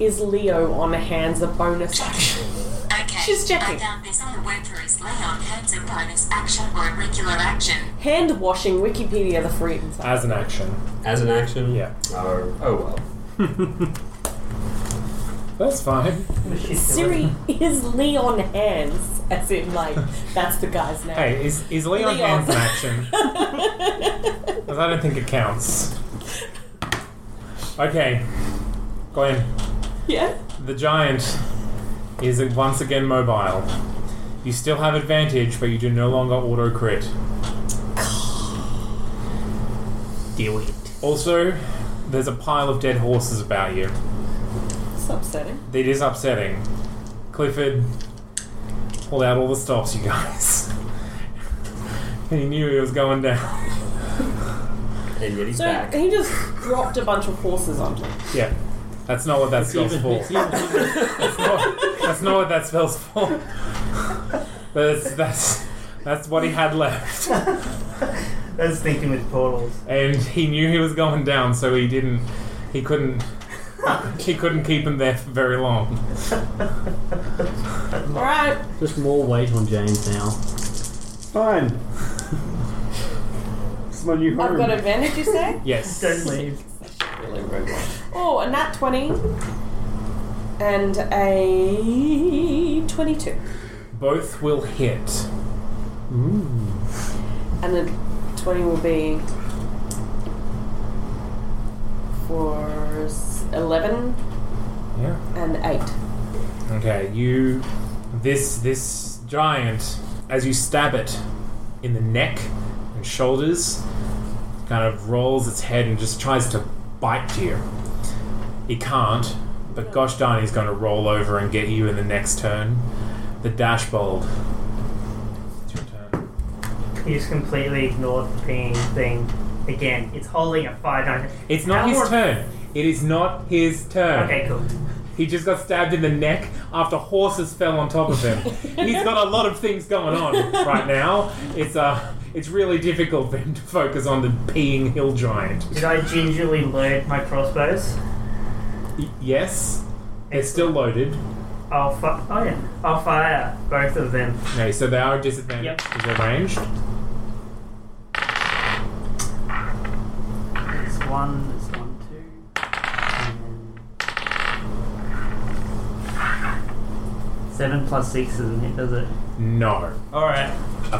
Speaker 6: Is Leo on hands a bonus action?
Speaker 9: Okay.
Speaker 6: She's checking.
Speaker 9: I found this other word for is lay on hands a bonus action or a regular action.
Speaker 6: Hand washing, Wikipedia, the free insight.
Speaker 2: As an action.
Speaker 8: As an action?
Speaker 2: Yeah.
Speaker 8: Oh, oh well.
Speaker 2: That's fine.
Speaker 6: Siri is Leon Hands, as in like that's the guy's name.
Speaker 2: Hey, is, is Leon,
Speaker 6: Leon.
Speaker 2: hands an action? 'Cause I don't think it counts. Okay. Glenn.
Speaker 6: Yeah.
Speaker 2: The giant is once again mobile. You still have advantage, but you do no longer auto crit.
Speaker 5: Do it.
Speaker 2: Also, there's a pile of dead horses about you.
Speaker 6: It's upsetting.
Speaker 2: It is upsetting. Clifford, pull out all the stops, you guys. he knew he was going down.
Speaker 8: And yet he's
Speaker 6: So
Speaker 8: back.
Speaker 6: he just dropped a bunch of horses onto him.
Speaker 2: Yeah, that's not what that spell's for. that's, not, that's not what that spell's for. that's that's that's what he had left.
Speaker 5: That's thinking with portals.
Speaker 2: and he knew he was going down, so he didn't. He couldn't. he couldn't keep him there for very long.
Speaker 6: Alright.
Speaker 7: Just more weight on James now.
Speaker 3: Fine. This is my new home.
Speaker 6: I've got advantage, you say?
Speaker 2: Yes.
Speaker 5: Don't leave.
Speaker 6: Oh, a nat 20 and a 22.
Speaker 2: Both will hit.
Speaker 6: And the 20 will be for s- 11
Speaker 2: Yeah.
Speaker 6: and 8.
Speaker 2: Okay. You. This this giant, as you stab it in the neck and shoulders, kind of rolls its head and just tries to bite you. It can't. But gosh darn, he's going to roll over and get you in the next turn. The dashbold. It's your turn.
Speaker 5: He just completely ignored the ping thing. Again, it's holding a fire down.
Speaker 2: It's not
Speaker 5: How
Speaker 2: his
Speaker 5: more-
Speaker 2: turn. It is not his turn.
Speaker 5: Okay, cool.
Speaker 2: He just got stabbed in the neck after horses fell on top of him. He's got a lot of things going on right now. It's uh it's really difficult for him to focus on the peeing hill giant.
Speaker 5: Did I gingerly load my crossbows?
Speaker 2: Y- yes. They're still loaded.
Speaker 5: I'll fi- oh yeah, I'll fire both of them.
Speaker 2: Okay, so they are disadvantaged
Speaker 5: Yep.
Speaker 2: because they're ranged.
Speaker 5: one, there's one, two, and then. Seven plus six doesn't hit, does it?
Speaker 2: No.
Speaker 5: Alright.
Speaker 2: A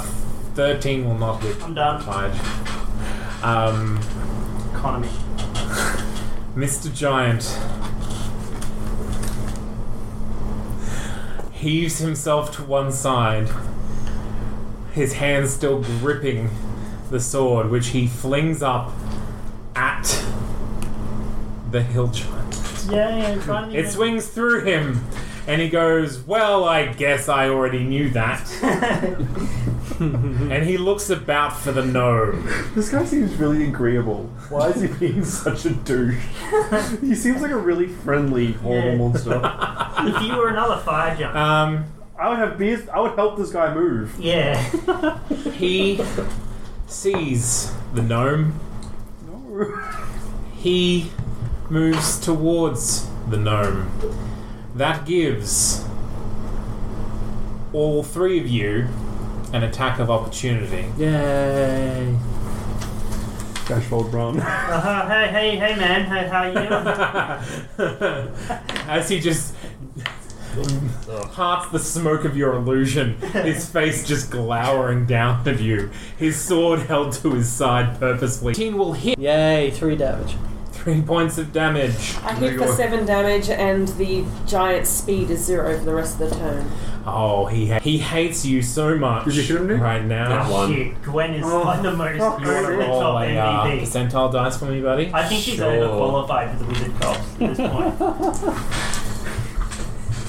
Speaker 2: 13 will not hit.
Speaker 5: I'm done.
Speaker 2: Tired. Um,
Speaker 5: Economy.
Speaker 2: Mr. Giant heaves himself to one side, his hand still gripping the sword, which he flings up at the hill giant.
Speaker 5: Yeah, I'm trying to
Speaker 2: It swings through him, and he goes, Well, I guess I already knew that. and he looks about for the gnome.
Speaker 3: This guy seems really agreeable. Why is he being such a douche? he seems like a really friendly, horrible
Speaker 5: Yeah.
Speaker 3: monster.
Speaker 5: if you were another fire giant.
Speaker 2: Um,
Speaker 3: I would have beers. I would help this guy move.
Speaker 5: yeah.
Speaker 2: he sees the gnome. He moves towards the gnome. That gives all three of you an attack of opportunity.
Speaker 7: Yay.
Speaker 3: Gosh, old Bron.
Speaker 5: Uh, hey, hey, hey, man. Hey, how you doing?
Speaker 2: As he just parts the smoke of your illusion, his face just glowering down at you, his sword held to his side purposefully. Teen will hit
Speaker 7: Yay, three damage.
Speaker 2: three points of damage.
Speaker 6: I hit for seven damage, and the giant's speed is zero for the rest of the turn.
Speaker 2: Oh, he ha- he hates you so much.
Speaker 3: Did you shoot him, dude?
Speaker 2: right now?
Speaker 8: That one.
Speaker 5: Oh, Shit, Gwen is
Speaker 3: Oh,
Speaker 5: like the most
Speaker 3: fuck.
Speaker 2: You want to
Speaker 5: over the
Speaker 2: roll
Speaker 5: top
Speaker 2: a uh,
Speaker 5: MVP.
Speaker 2: percentile dice for me, buddy?
Speaker 5: I think she's
Speaker 8: Sure.
Speaker 5: overqualified for the wizard cops at this point.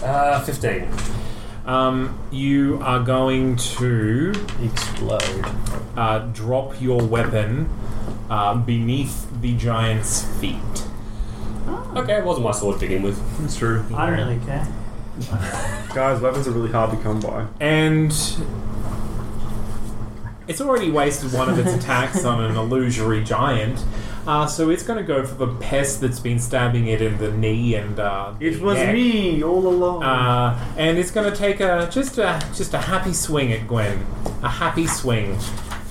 Speaker 8: Uh, 15.
Speaker 2: Um, you are going to
Speaker 7: Explode.
Speaker 2: uh, drop your weapon uh, beneath the giant's feet.
Speaker 8: Okay, it wasn't my sword to begin with.
Speaker 3: It's true.
Speaker 5: I don't really care.
Speaker 3: Guys, weapons are really hard to come by.
Speaker 2: And it's already wasted one of its attacks on an illusory giant. Uh, so it's going to go for the pest that's been stabbing it in the knee and uh,
Speaker 3: It
Speaker 2: the
Speaker 3: was
Speaker 2: neck.
Speaker 3: me all along.
Speaker 2: Uh, and it's going to take a just a just a happy swing at Gwen, a happy swing.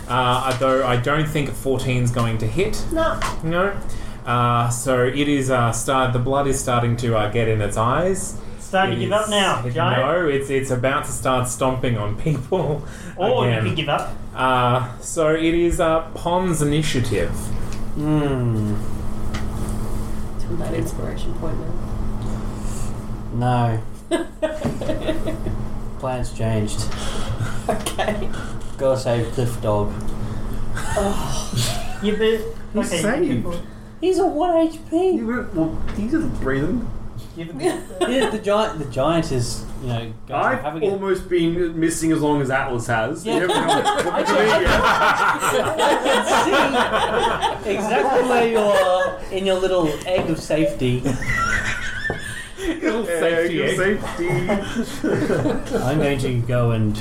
Speaker 2: Uh, though I don't think 14's going to hit.
Speaker 6: No.
Speaker 2: No. Uh, so it is uh, start. The blood is starting to uh, get in its eyes. It
Speaker 5: Starting to give up
Speaker 2: is-
Speaker 5: now, giant.
Speaker 2: No, it's it's about to start stomping on people.
Speaker 5: Or
Speaker 2: again.
Speaker 5: you can give up.
Speaker 2: Uh, so it is uh, Pond's initiative.
Speaker 6: Till that inspiration point now.
Speaker 7: No. Plans changed.
Speaker 6: Okay.
Speaker 7: Gotta save Cliff Dog.
Speaker 5: Yeah, but
Speaker 3: He
Speaker 5: okay,
Speaker 3: saved.
Speaker 7: He's a 1
Speaker 3: He
Speaker 7: HP.
Speaker 3: wouldn't- well, he doesn't breathe him.
Speaker 5: Give him
Speaker 7: yeah, the giant. The giant is, you know, goes
Speaker 3: I've
Speaker 7: have a good-
Speaker 3: almost been missing as long as Atlas has.
Speaker 7: Yeah.
Speaker 3: You never know what to do here.
Speaker 7: see exactly where you are in your little egg of safety.
Speaker 2: Little safety
Speaker 3: Safety.
Speaker 2: egg.
Speaker 3: Safety.
Speaker 7: I'm going to go and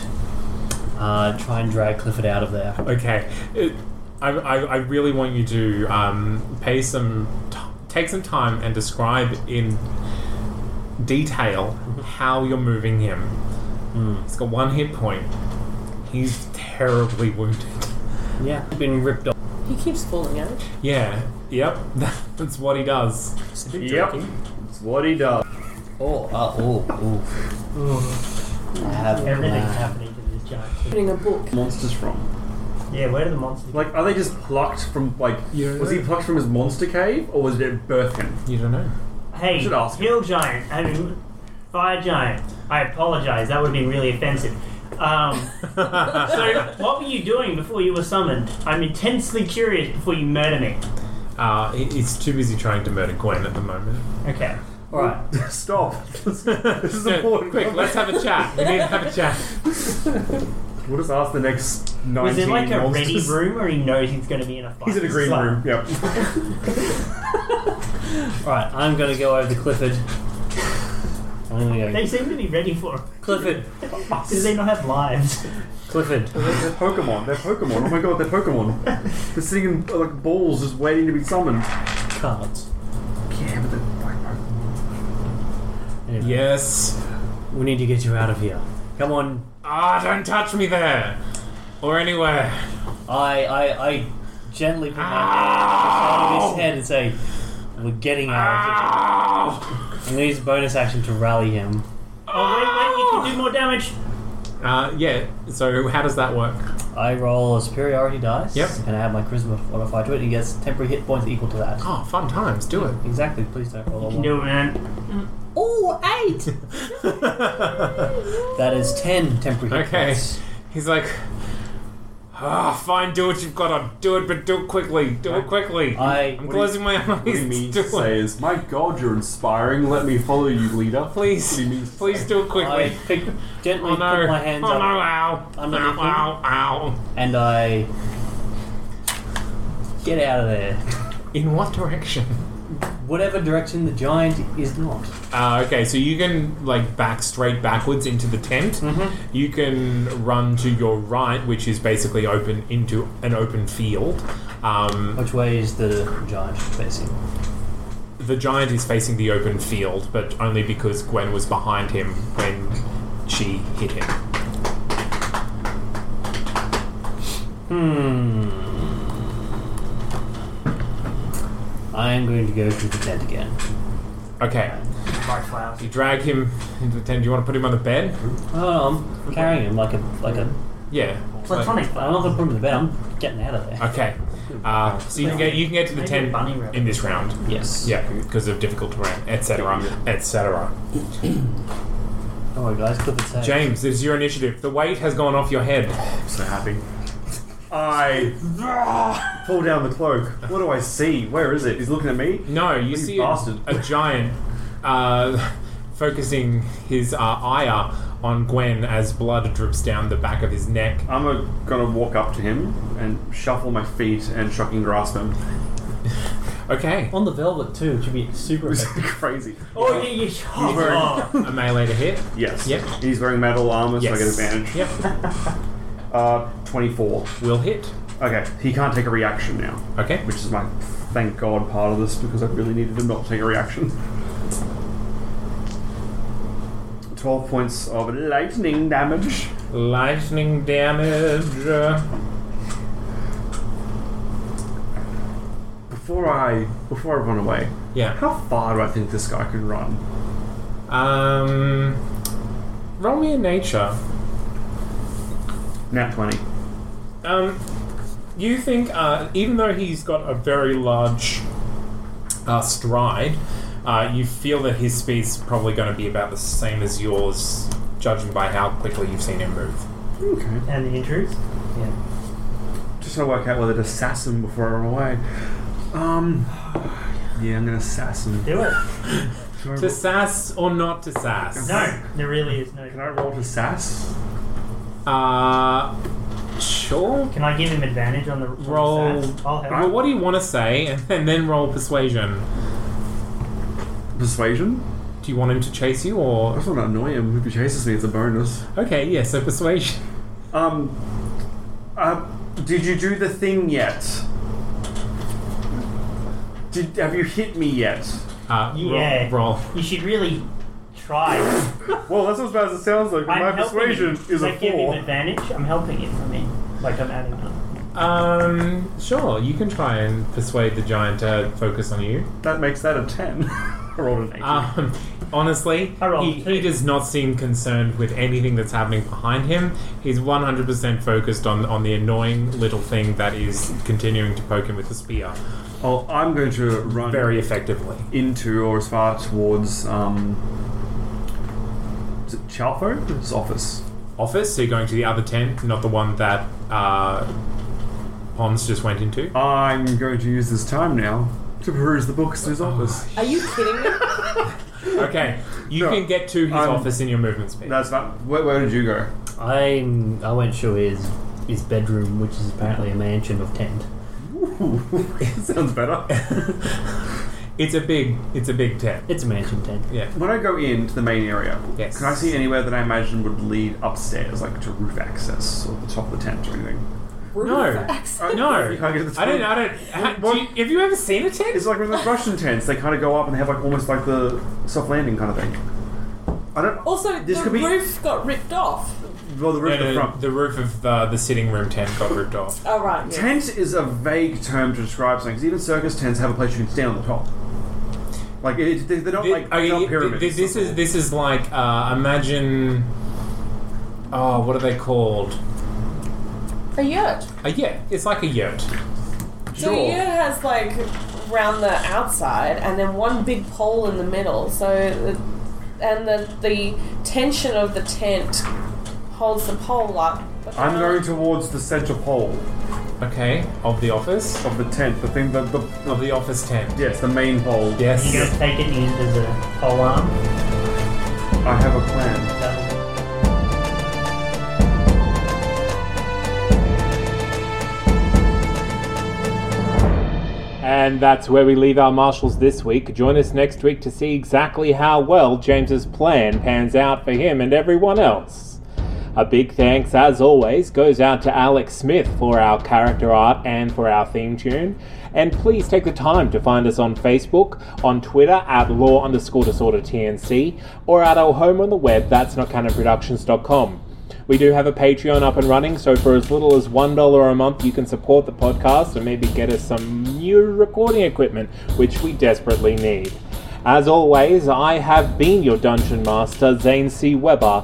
Speaker 7: uh, try and drag Clifford out of there.
Speaker 2: Okay. It, I, I, I really want you to um, pay some t- take some time and describe in detail how you're moving him. He's got one hit point. He's terribly wounded.
Speaker 7: Yeah, been ripped off.
Speaker 6: He keeps falling out.
Speaker 2: Yeah. Yep. That's what he does.
Speaker 3: Yep. That's what he does.
Speaker 7: Oh, uh, oh, oh. I have
Speaker 5: Everything's happening to this giant.
Speaker 6: Putting a book.
Speaker 3: Monsters from.
Speaker 5: Yeah, where do the monsters go?
Speaker 3: Like, are they just plucked from, like,
Speaker 2: Yeah.
Speaker 3: was he plucked from his monster cave or was it birth him?
Speaker 2: You don't know.
Speaker 5: Hey,
Speaker 3: should ask him.
Speaker 5: hill giant. I mean, fire giant. I apologize. That would be really offensive. Um, so, what were you doing before you were summoned? I'm intensely curious before you murder me.
Speaker 2: Uh, he- he's too busy trying to murder Gwen at the moment.
Speaker 5: Okay. All right.
Speaker 3: Stop. This is
Speaker 2: No,
Speaker 3: important.
Speaker 2: quick, let's have a chat. We need to have a chat.
Speaker 3: We'll just ask the next 19
Speaker 5: Was it like a ready
Speaker 3: monsters.
Speaker 5: room where he knows he's going to be in a fight?
Speaker 3: He's in a green
Speaker 5: Like,
Speaker 3: room. Yep.
Speaker 7: Alright, I'm gonna go over to Clifford. I'm gonna go.
Speaker 5: They seem to be ready for it.
Speaker 7: Clifford!
Speaker 5: Do they not have lives?
Speaker 7: Clifford!
Speaker 3: They're Pokemon. They're Pokemon. Oh my god, they're Pokemon. They're sitting in uh, like balls, just waiting to be summoned.
Speaker 7: Cards.
Speaker 3: Yeah, but they're like Pokemon.
Speaker 7: Anyway,
Speaker 2: Yes.
Speaker 7: We need to get you out of here. Come on.
Speaker 2: Ah, don't touch me there. Or anywhere.
Speaker 7: I, I, I gently put my hand on the side of his head and say, "We're getting out
Speaker 2: Ah!
Speaker 7: of here." And use bonus action to rally him.
Speaker 5: Oh, wait, wait, you can do more damage.
Speaker 2: Uh, yeah. So how does that work?
Speaker 7: I roll a superiority dice.
Speaker 2: Yep.
Speaker 7: And I have my charisma modifier to it. He gets temporary hit points equal to that.
Speaker 2: Oh, fun times. Do it.
Speaker 7: Exactly. Please don't roll. You
Speaker 5: can do it, man.
Speaker 6: Oh, eight!
Speaker 7: That is ten temporary hit
Speaker 2: Okay.
Speaker 7: points.
Speaker 2: He's like, ah, fine. Do what you've got to do it, but do it quickly. Do it quickly.
Speaker 7: I
Speaker 2: I'm closing my eyes.
Speaker 3: What he means
Speaker 2: do
Speaker 3: to
Speaker 2: it.
Speaker 3: say is, "My God, you're inspiring. Let me follow you, leader."
Speaker 2: Please,
Speaker 3: What he means to
Speaker 2: please
Speaker 3: say.
Speaker 2: do it quickly.
Speaker 7: I pick, gently
Speaker 2: Oh no!
Speaker 7: put my hands
Speaker 2: oh
Speaker 7: up
Speaker 2: no! Ow!
Speaker 7: underneath
Speaker 2: ow!
Speaker 7: him.
Speaker 2: Ow! Ow!
Speaker 7: and I get out of there.
Speaker 2: In what direction?
Speaker 7: Whatever direction the giant is not.
Speaker 2: Uh, okay, so you can like back straight backwards into the tent. Mm-hmm. You can run to your right, which is basically open into an open field. Um,
Speaker 7: Which way is the giant facing?
Speaker 2: the giant is facing the open field, but only because Gwen was behind him when she hit him.
Speaker 7: Hmm. I am going to go through the tent again.
Speaker 2: Okay,
Speaker 5: Like flowers.
Speaker 2: you drag him into the tent. Do you want to put him on the bed?
Speaker 7: Oh, I'm carrying him like a like a.
Speaker 2: Yeah.
Speaker 5: Platonic
Speaker 7: I'm not
Speaker 5: flowers.
Speaker 7: gonna put him in the bed. I'm getting out of there.
Speaker 2: Okay. Uh, so you can get you can get to the
Speaker 5: Maybe a
Speaker 2: tent
Speaker 5: bunny rabbit.
Speaker 2: in this round.
Speaker 7: Yes.
Speaker 2: Yeah, because of difficult terrain, etc., etc.
Speaker 7: Don't worry, guys. Clifford saves.
Speaker 2: James, it is your initiative. The weight has gone off your head.
Speaker 3: I'm so happy. I pull down the cloak. What do I see? Where is it? He's looking at me.
Speaker 2: No, you
Speaker 3: You
Speaker 2: see a,
Speaker 3: bastard.
Speaker 2: a giant uh, focusing his uh, ire on Gwen as blood drips down the back of his neck.
Speaker 3: I'm uh, gonna walk up to him and shuffle my feet and shocking grasp him.
Speaker 2: Okay,
Speaker 7: On the velvet too. It should be super.
Speaker 3: It's
Speaker 7: effective.
Speaker 3: crazy.
Speaker 5: Oh, yeah, yeah. Oh,
Speaker 2: a melee to hit.
Speaker 3: Yes.
Speaker 2: Yep.
Speaker 3: He's wearing metal armor, so I get
Speaker 2: Yes.
Speaker 3: advantage.
Speaker 2: Yep,
Speaker 3: Uh, 24.
Speaker 2: will hit.
Speaker 3: Okay, he can't take a reaction now,
Speaker 2: Okay,
Speaker 3: which is my thank God part of this because I really needed him not to take a reaction. 12 points of lightning damage.
Speaker 2: lightning damage. uh,
Speaker 3: Before I before I run away,
Speaker 2: Yeah.
Speaker 3: how far do I think this guy can run?
Speaker 2: Um, roll me a nature.
Speaker 3: Nat 20.
Speaker 2: Um, you think, uh, even though he's got a very large uh, stride, uh, you feel that his speed's probably going to be about the same as yours, judging by how quickly you've seen him move.
Speaker 3: Okay.
Speaker 5: and the injuries.
Speaker 7: yeah.
Speaker 3: Just gotta work out whether to sass him before I run away. Um. Yeah, I'm gonna sass him.
Speaker 5: Do it.
Speaker 3: Do I
Speaker 2: To
Speaker 3: roll-
Speaker 2: sass or not to sass?
Speaker 5: No, there really is no.
Speaker 3: can I roll to sass?
Speaker 2: Uh, sure.
Speaker 5: Can I give him advantage on the on the
Speaker 2: Roll-
Speaker 5: stats? I'll help.
Speaker 2: Well, what do you want to say, and, and then roll persuasion?
Speaker 3: Persuasion?
Speaker 2: Do you want him to chase you,
Speaker 3: I
Speaker 2: or
Speaker 3: just want to annoy him. If he chases me, it's a bonus.
Speaker 2: okay, yeah, so persuasion.
Speaker 3: Um, uh, did you do the thing yet? Did have you hit me yet?
Speaker 2: Uh, roll-
Speaker 5: Yeah.
Speaker 2: roll.
Speaker 5: You should really try.
Speaker 3: Well, that's as bad as it sounds like.
Speaker 5: I'm
Speaker 3: My
Speaker 5: helping
Speaker 3: persuasion
Speaker 5: him.
Speaker 3: is
Speaker 5: Does
Speaker 3: a
Speaker 5: that give him
Speaker 3: four.
Speaker 5: advantage? I'm helping him. I mean, like I'm adding up.
Speaker 2: Um, sure, you can try and persuade the giant to focus on you.
Speaker 3: That makes that a ten. I rolled an eight.
Speaker 5: Ah.
Speaker 2: Um, honestly,
Speaker 5: I rolled
Speaker 2: he,
Speaker 5: two.
Speaker 2: he does not seem concerned with anything that's happening behind him. He's 100% focused on, on the annoying little thing that is continuing to poke him with the spear
Speaker 3: oh, I'm going to run
Speaker 2: very effectively.
Speaker 3: into or as far towards um. Is it Chalfo? It's office.
Speaker 2: Office, so you're going to the other tent, not the one that uh, Pons just went into.
Speaker 3: I'm going to use this time now to peruse the books in his office.
Speaker 6: Are you kidding me?
Speaker 2: Okay, you
Speaker 3: No,
Speaker 2: can get to his
Speaker 3: I'm-
Speaker 2: office in your movement speed.
Speaker 3: That's not. Where, where did you go?
Speaker 7: I'm. I went to his his bedroom, which is apparently a mansion of tent.
Speaker 3: Sounds better.
Speaker 2: It's a big, it's a big tent.
Speaker 7: It's a mansion tent.
Speaker 2: Yeah.
Speaker 3: When I go into the main area,
Speaker 2: Yes.
Speaker 3: can I see anywhere that I imagine would lead upstairs, like to roof access or the top of the tent or anything?
Speaker 2: No.
Speaker 3: Uh,
Speaker 2: No,
Speaker 3: You can't get to the
Speaker 2: I don't.
Speaker 3: top.
Speaker 2: I don't. Ha, do
Speaker 3: What-
Speaker 2: you, have you ever seen a tent?
Speaker 3: It's like one of those Russian tents. They kind of go up and they have like almost like the soft landing kind of thing. I don't.
Speaker 6: Also,
Speaker 3: This
Speaker 6: the
Speaker 3: could be-
Speaker 6: roof got ripped off.
Speaker 3: Well, the roof
Speaker 10: No,
Speaker 3: at the
Speaker 10: no,
Speaker 3: front.
Speaker 10: the roof of
Speaker 2: uh,
Speaker 10: the, the sitting room tent got ripped off.
Speaker 6: Oh, right. Yeah.
Speaker 3: Tent is a vague term to describe something. 'cause even circus tents have a place you can stand on the top. Like it, they, they're not like
Speaker 10: Okay,
Speaker 3: they're not
Speaker 10: th-
Speaker 3: pyramids.
Speaker 10: th- this is this is like uh, imagine. Oh, what are they called?
Speaker 6: A yurt.
Speaker 10: A yurt. It's like a yurt.
Speaker 6: So a yurt has like round the outside and then one big pole in the middle. So the, and the the tension of the tent holds the pole up. but
Speaker 3: I'm
Speaker 6: not-
Speaker 3: going towards the central pole
Speaker 10: Okay, of the office.
Speaker 3: of the tent. The thing, the, the
Speaker 10: Of the office tent.
Speaker 3: yes, the main pole.
Speaker 10: Yes.
Speaker 5: You're gonna take it into the pole arm.
Speaker 3: I have a plan.
Speaker 2: And that's where we leave our marshals this week. Join us next week to see exactly how well James's plan pans out for him and everyone else. A big thanks, as always, goes out to Alex Smith for our character art and for our theme tune. And please take the time to find us on Facebook, on Twitter at law underscore disorder TNC, or at our home on the web, that's notcanonproductions.com. We do have a Patreon up and running, so for as little as $1 a month, you can support the podcast and maybe get us some new recording equipment, which we desperately need. As always, I have been your Dungeon Master, Zane C. Weber.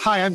Speaker 7: Hi, I'm